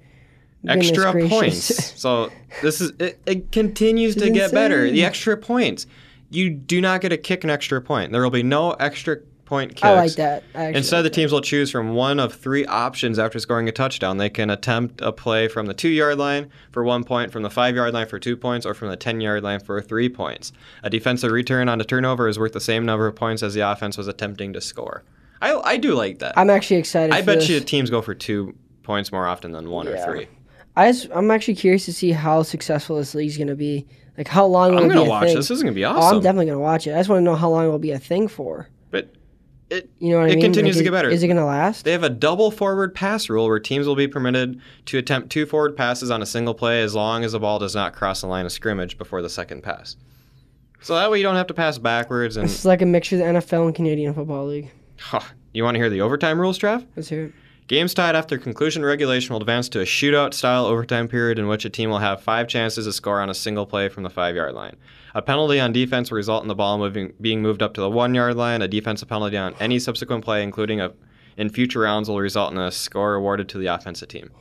Goodness extra gracious. points. So this is it, it continues to It's get better. insane. The extra points. You do not get to kick an extra point. There will be no extra point kicks. I like that. I actually Instead, like the that. teams will choose from one of three options after scoring a touchdown. They can attempt a play from the two yard line for one point, from the five yard line for two points, or from the 10 yard line for three points. A defensive return on a turnover is worth the same number of points as the offense was attempting to score. I, I do like that. I'm actually excited. I for bet this. you teams go for two points more often than one Yeah. or three. I just, I'm actually curious to see how successful this league's gonna be. Like how long will I'm it gonna be a watch thing? this. This is gonna be Oh, awesome. I'm definitely gonna watch it. I just want to know how long it will be a thing for. but it You know what I It mean? continues Like, to get is- better. Is it gonna last? they have a double forward pass rule where teams will be permitted to attempt two forward passes on a single play as long as the ball does not cross the line of scrimmage before the second pass. So that way you don't have to pass backwards. And This is like a mixture of the NFL and Canadian Football League. Huh. you want to hear the overtime rules, Trav? Let's hear it. Games tied after conclusion regulation will advance to a shootout style overtime period in which a team will have five chances to score on a single play from the five yard line. A penalty on defense will result in the ball moving, being moved up to the one yard line. A defensive penalty on any subsequent play, including a, in future rounds, will result in a score awarded to the offensive team.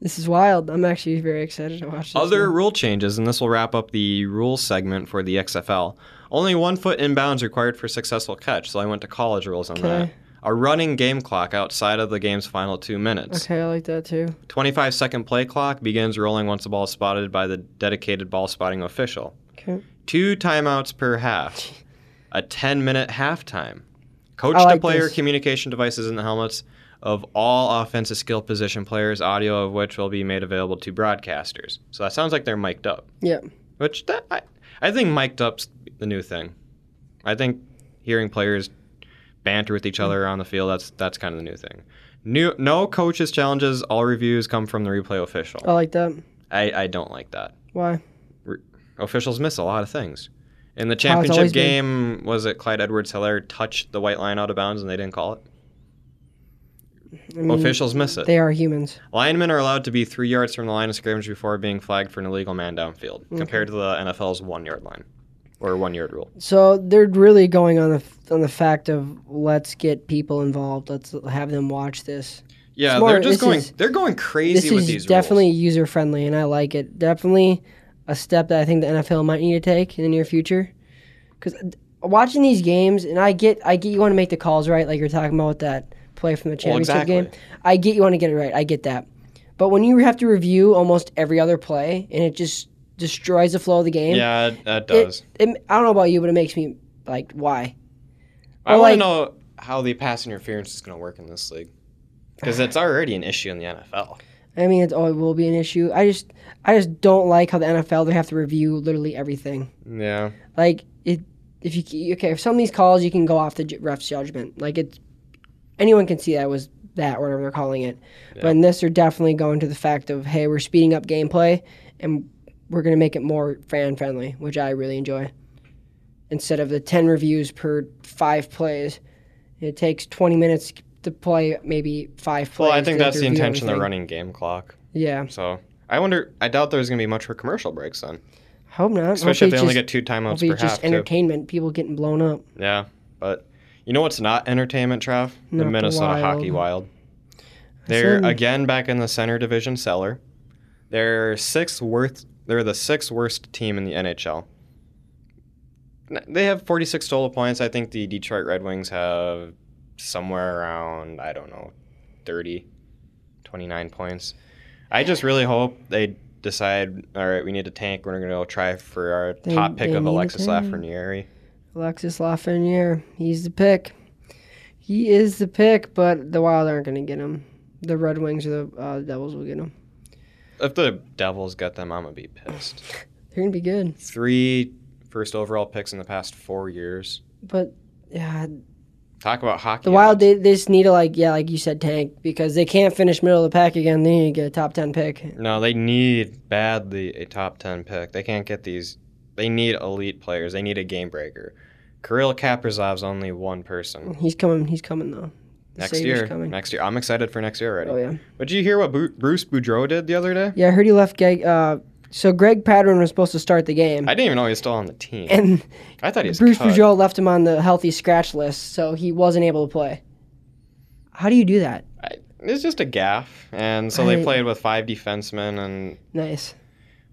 This is wild. I'm actually very excited to watch this. Other now. rule changes, and this will wrap up the rule segment for the XFL. Only one foot inbounds required for successful catch, so I went to college rules on that. Okay. A running game clock outside of the game's final two minutes. Okay, I like that too. 25 second play clock begins rolling once the ball is spotted by the dedicated ball spotting official. Okay. Two timeouts per half. A 10 minute halftime. Coach I to like player this. communication devices in the helmets of all offensive skill position players, audio of which will be made available to broadcasters. So that sounds like they're mic'd up. Yeah. Which that, I, I think mic'd up's the new thing. I think hearing players banter with each other on the field, that's that's kind of the new thing. New, no coaches challenges, all reviews come from the replay official. I like that. I, I don't like that. Why? Officials miss a lot of things. In the How it's championship always been. game, was it Clyde Edwards Hilaire touched the white line out of bounds and they didn't call it? I mean, Officials miss it. Mm, They are humans. Linemen are allowed to be three yards from the line of scrimmage before being flagged for an illegal man downfield, compared to the NFL's one yard line or one yard rule. So they're really going on the on the fact of let's get people involved. Let's have them watch this. Yeah, more- they're just this going is- they're going This crazy with is these definitely rules. user friendly, and I like it. Definitely a step that I think the NFL might need to take in the near future. Because watching these games, and I get, I get you want to make the calls right, like you're talking about with that play from the championship exactly. game. I get you want to get it right. I get that. But when you have to review almost every other play, and it just destroys the flow of the game. Yeah, it- that it- does. it- I don't know about you, but it makes me like, why? I or want to like- know how the pass interference is going to work in this league because it's already an issue in the NFL. I mean, it's always will be an issue. I just, I just don't like how the NFL they have to review literally everything. Yeah. Like it, if you okay, if some of these calls you can go off the ju- ref's judgment. Like it's anyone can see that was that or whatever they're calling it. But in this, they're definitely going to the fact of hey, we're speeding up gameplay and we're going to make it more fan friendly, which I really enjoy. Instead of the ten reviews per five plays, it takes twenty minutes to play maybe five plays. Well, I think They have that's to the review intention of the everything. running game clock. Yeah, So I wonder. I doubt there's going to be much for commercial breaks then, hope not. especially Hopefully if they it's only just- get two timeouts Hopefully per it's just half. Too. entertainment. People getting blown up. Yeah, but you know what's not entertainment, Trav? Not the the Minnesota Wild. Hockey Wild. They're in- again back in the center division cellar. They're sixth worst. They're the sixth worst team in the NHL. N- They have 46 total points. I think the Detroit Red Wings have somewhere around I don't know, 30, 29 points. I just really hope they decide. All right, we need to tank. We're going to go try for our They- top pick they of need to Alexis tank. Lafreniere. Alexis Lafreniere, he's the pick. He is the pick, but the Wild aren't going to get him. The Red Wings or the uh, Devils will get him. If the Devils get them, I'm gonna be pissed. They're going to be good, Three first overall picks in the past four years. but yeah, Talk about hockey. the Wild they, they just need to like yeah, like you said, tank because they can't finish middle of the pack again. They need to get a top ten pick. No, they need badly a top ten pick. They can't get these. They need elite players. They need a game breaker. Kirill Kaprizov's only one person He's coming. He's coming though. The next Sabres year. coming. Next year, I'm excited for next year already. Oh yeah, But did you hear what Bu- Bruce Boudreau did the other day? yeah. I heard he left. Greg, uh, so Greg Patterson was supposed to start the game, I didn't even know he was still on the team. and I thought he was Bruce cut. Boudreau left him on the healthy scratch list, so he wasn't able to play. How do you do that? I- it's just a gaff, and so I- they played with five defensemen and Nice.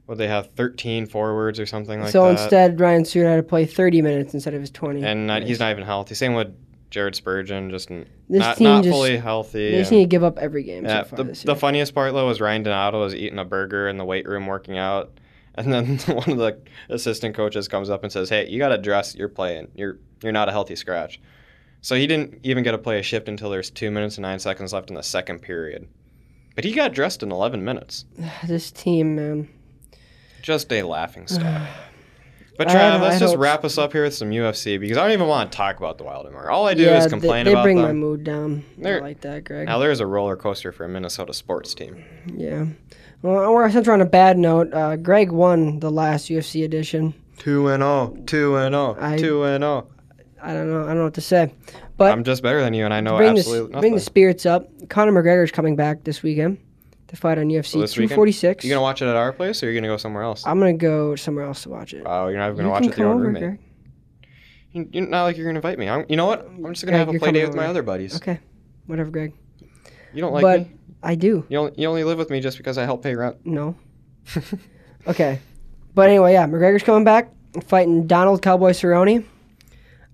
what they have 13 forwards or something like so that. instead, Ryan Suter had to play 30 minutes instead of his 20. and not, he's not even healthy. Same with Jared Spurgeon, just n- This not, team not just- fully they healthy. just and- need to give up every game. yeah, so far the, this the year. funniest part though was Ryan Donato was eating a burger in the weight room working out, and then one of the assistant coaches comes up and says, "Hey, you got to dress. You're playing. You're you're not a healthy scratch." So he didn't even get to play a shift until there's two minutes and nine seconds left in the second period, but he got dressed in 11 minutes. this team, man. Just a laughing stock. But I Trav, ho- let's I just hope wrap us up here with some UFC because I don't even want to talk about the Wild anymore. All I do yeah, is they- complain they, about bring my them. mood down. I They're- like that, Greg. Now there is a roller coaster for a Minnesota sports team. Yeah. Well, we're, since we're on a bad note, uh, Greg won the last UFC edition. Two and oh, two and oh, I- two and oh. I don't know. I don't know what to say. But I'm just better than you, and I know bring, the, Oh, absolutely nothing. bring the spirits up. Conor McGregor's coming back this weekend to fight on UFC Oh, this weekend? 246. you gonna watch it at our place, or you're gonna go somewhere else? I'm gonna go somewhere else to watch it. Oh, you're not even gonna You watch can it with your come own over, roommate. Greg. You- You're not like you're gonna invite me. I'm, you know what? I'm just gonna Greg, have a you're play coming date with my over. other buddies. Okay, whatever, Greg. You don't like but me. I do. You only, you only live with me just because I help pay rent. No. Okay. But anyway, yeah, McGregor's coming back, fighting Donald Cowboy Cerrone.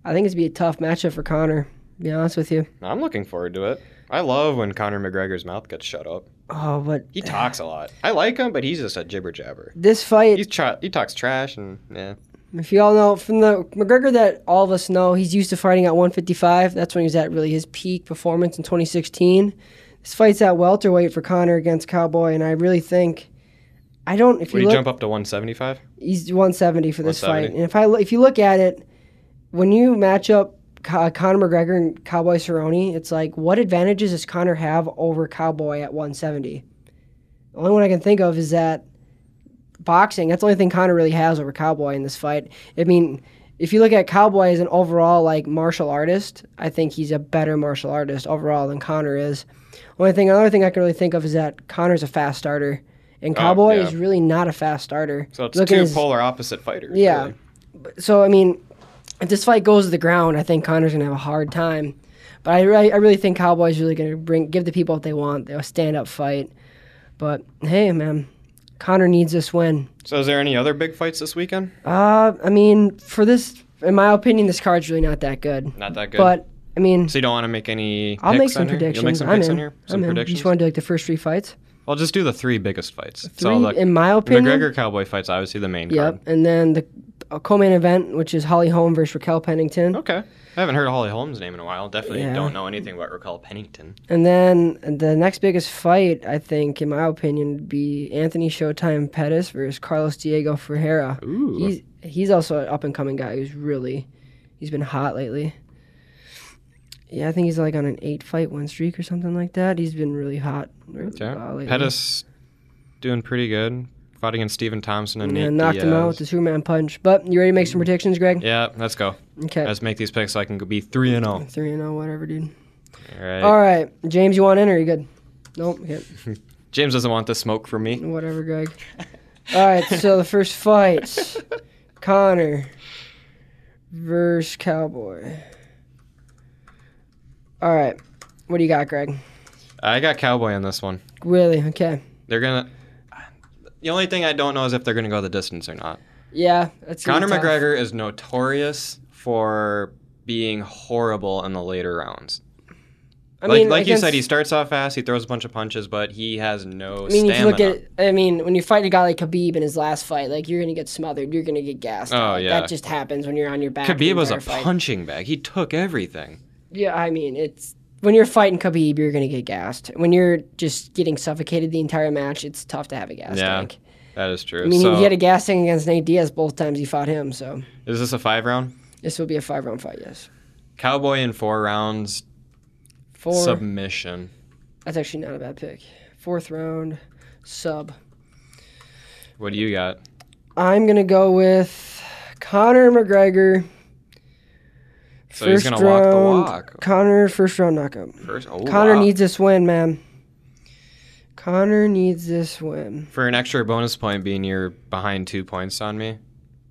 I think it's gonna be a tough matchup for Connor. To be honest with you. I'm looking forward to it. I love when Conor McGregor's mouth gets shut up. Oh, but He talks a lot. I like him, but he's just a jibber jabber. this fight, He's tra- he talks trash and yeah. if you all know from the McGregor that all of us know, he's used to fighting at 155. That's when he was at really his peak performance in 2016. This fight's at welterweight for Connor against Cowboy, and I really think, I don't. If Would you he look, jump up to 175? he's 170 for this 170. fight. And if I lo- if you look at it, when you match up Co- Conor McGregor and Cowboy Cerrone, it's like what advantages does Conor have over Cowboy at 170? The only one I can think of is that boxing. That's the only thing Conor really has over Cowboy in this fight. I mean. If you look at Cowboy as an overall like martial artist, I think he's a better martial artist overall than Conor is. Only thing, another thing I can really think of is that Conor's a fast starter, and Oh, Cowboy yeah. is really not a fast starter. So it's Look at two his- polar opposite fighters. Yeah. really. so I mean, if this fight goes to the ground, I think Connor's gonna have a hard time. But I, re- I really think Cowboy's really gonna bring give the people what they want. They'll stand up fight. But hey, man, Connor needs this win. So is there any other big fights this weekend? Uh, I mean, for this, in my opinion, this card's really not that good. Not that good. But I mean, so you don't want to make any. I'll picks make some on here? predictions. You'll make some I'm picks in. on here. Some I'm in. You predictions. just want to do like the first three fights. I'll just do the three biggest fights. Three, so the in my opinion. McGregor Cowboy fight's obviously the main Yep. card. And then the uh, co-main event, which is Holly Holm versus Raquel Pennington. Okay. I haven't heard Holly Holm's name in a while. Definitely Yeah. don't know anything about Raquel Pennington. And then the next biggest fight, I think, in my opinion, would be Anthony Showtime Pettis versus Carlos Diego Ferreira. Ooh. He's he's also an up and coming guy who's really he's been hot lately. Yeah, I think he's like on an eight fight win streak or something like that. He's been really hot. okay. uh, lately. Pettis doing pretty good. Fought against Steven Thompson and Yeah, Nate knocked him out Diaz. with Mm-hmm. the Superman punch. But you ready to make some predictions, Greg? Yeah, let's go. Okay. Let's make these picks so I can be 3 and 0. Three and oh, whatever, dude. All right. All right, James, you want in or you good? Nope. Okay. James doesn't want the smoke from me. Whatever, Greg. All right, so the first fight Connor versus Cowboy. All right, what do you got, Greg? I got Cowboy on this one. Really? Okay. They're going to The only thing I don't know is if they're going to go the distance or not. Yeah, that's gonna Conor be tough. McGregor is notorious for being horrible in the later rounds. I like mean, like you against- said, he starts off fast, he throws a bunch of punches, but he has no I mean, if you stamina. look at, I mean, when you fight a guy like Khabib in his last fight, like you're gonna get smothered, you're gonna get gassed. Oh, Like, yeah. that just happens when you're on your back. the Khabib was a entire fight. punching bag. He took everything. Yeah, I mean, it's when you're fighting Khabib, you're gonna get gassed. When you're just getting suffocated the entire match, it's tough to have a gas Yeah. tank. That is true. I mean, so, he had a gas tank against Nate Diaz both times he fought him, so is this a five round? this will be a five round fight, yes. Cowboy in four rounds, Four. submission. That's actually not a bad pick. Fourth round, sub. What do you got? I'm going to go with Conor McGregor. So he's gonna walk the walk. Conor, first round knockout. First, oh, Conor wow. needs this win, man. Conor needs this win. for an extra bonus point being you're behind two points on me.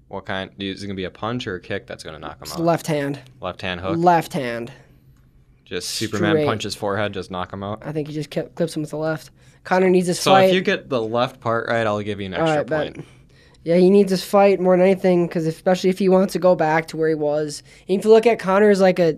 What kind? Is it gonna be a punch or a kick that's gonna knock him It's out? left hand. Left hand hook. Left hand. Just Superman Straight. punches forehead, just knock him out. I think he just kept, clips him with the left. Conor needs this So fight. if you get the left part right, I'll give you an All extra right, point. but yeah, he needs this fight more than anything because especially if he wants to go back to where he was. And if you look at Connor as like a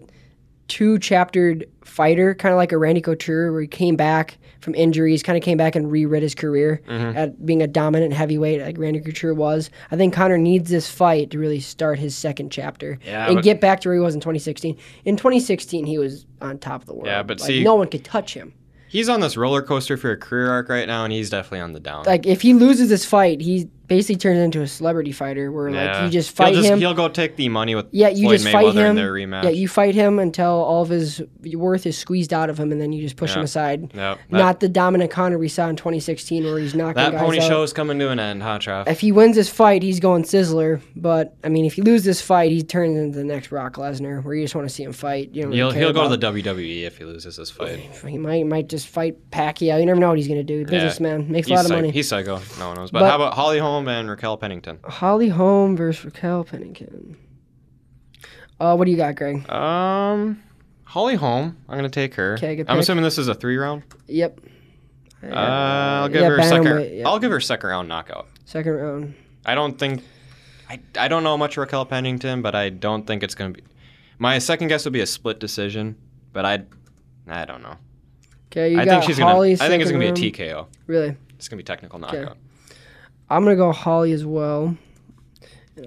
two-chaptered fighter, kind of like a Randy Couture, where he came back from injuries, kind of came back and rewrit his career Mm-hmm. at being a dominant heavyweight like Randy Couture was. I think Connor needs this fight to really start his second chapter Yeah, and but- get back to where he was in 2016. In 2016, he was on top of the world. Yeah, but Like, see- no one could touch him. He's on this roller coaster for a career arc right now, and he's definitely on the down. Like if he loses this fight, he basically turns into a celebrity fighter where like Yeah. you just fight he'll just, him. He'll go take the money with Yeah, you Floyd just Mayweather fight him. in their rematch. Yeah, you fight him until all of his worth is squeezed out of him, and then you just push him Yeah. aside. Yep, that, Not the Dominic Connor we saw in 2016 where he's knocking that guys pony out. show is coming to an end, huh, Trav? If he wins this fight, he's going Sizzler. But I mean, if he loses this fight, he turns into the next Brock Lesnar, where you just want to see him fight. You don't really He'll, care he'll go to about- the WWE if he loses this fight. He might might just fight Pacquiao. You never know what he's gonna do. Businessman makes a He's, lot of psych- money. he's psycho. No one knows. But, But- how about Holly Holm and Raquel Pennington? Holly Holm versus Raquel Pennington. Uh, what do you got, Greg? Um, Holly Holm. I'm gonna take her. Okay, good I'm pick. assuming this is a three round. Yep. Uh, I'll give yeah, her a second. bantamweight, yeah. I'll give her a second round knockout. Second round. I don't think. I, I don't know much Raquel Pennington, but I don't think it's gonna be. My second guess would be a split decision, but I I don't know. Okay, you I got think she's Holly. gonna. I think it's second gonna round. be a TKO. Really, It's gonna be technical Okay. knockout. I'm gonna go Holly as well.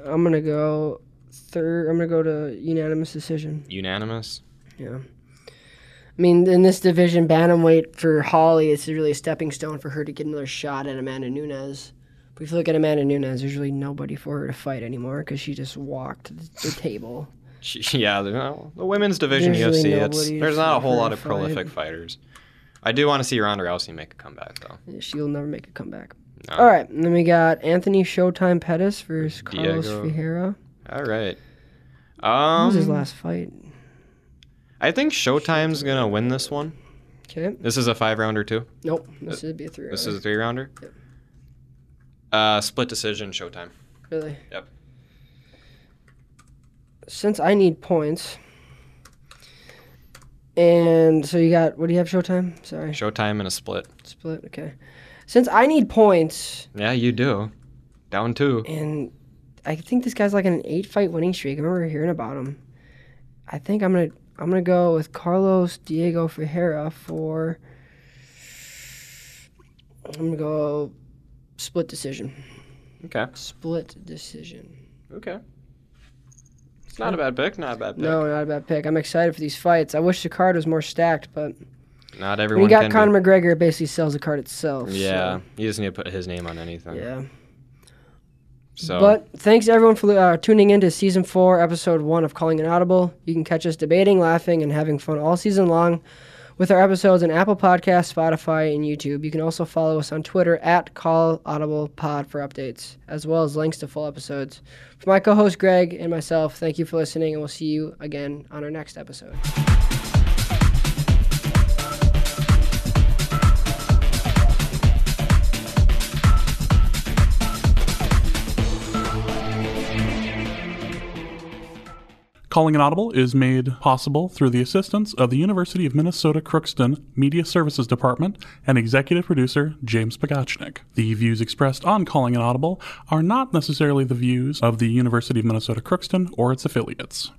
I'm gonna go third. I'm gonna go to unanimous decision. Unanimous. I mean, in this division, bantamweight for Holly, it's really a stepping stone for her to get another shot at Amanda Nunes. But if you look at Amanda Nunes, there's really nobody for her to fight anymore because she just walked the, the table. She- yeah, the, well, the women's division There's really UFC. It's, nobody there's not a for whole her lot to of prolific fighters. I do want to see Ronda Rousey make a comeback though. She'll never make a comeback. No. All right, and then we got Anthony Showtime Pettis versus Carlos Diego. Figueroa. All right. What was his Um, last fight? I think Showtime's gonna win this one. Okay. This is a five rounder too. Nope. This would be a three. uh, This round. is a three rounder. Uh, split decision. Showtime. Really? Yep. Since I need points, and so you got what do you have? Showtime. Sorry, Showtime and a split. split. Okay. Since I need points, Yeah, you do. Down two. and I think this guy's like on an eight-fight winning streak. I remember hearing about him. I think I'm gonna I'm gonna go with Carlos Diego Ferreira for. I'm gonna go split decision. Okay. Split decision. Okay. It's not a bad pick. Not a bad pick. No, not a bad pick. I'm excited for these fights. I wish the card was more stacked, but Not when everyone you got can. Conor McGregor, it basically sells the card itself. be, yeah, you just need to put his name on anything. So, yeah. So But thanks everyone for uh, tuning in to season four, episode one of Calling an Audible. You can catch us debating, laughing, and having fun all season long with our episodes on Apple Podcasts, Spotify, and YouTube. You can also follow us on Twitter at Call Audible Pod for updates, as well as links to full episodes. For my co-host Greg and myself, thank you for listening, and we'll see you again on our next episode. Calling an Audible is made possible through the assistance of the University of Minnesota Crookston Media Services Department and executive producer James Pagachnik. The views expressed on Calling an Audible are not necessarily the views of the University of Minnesota Crookston or its affiliates.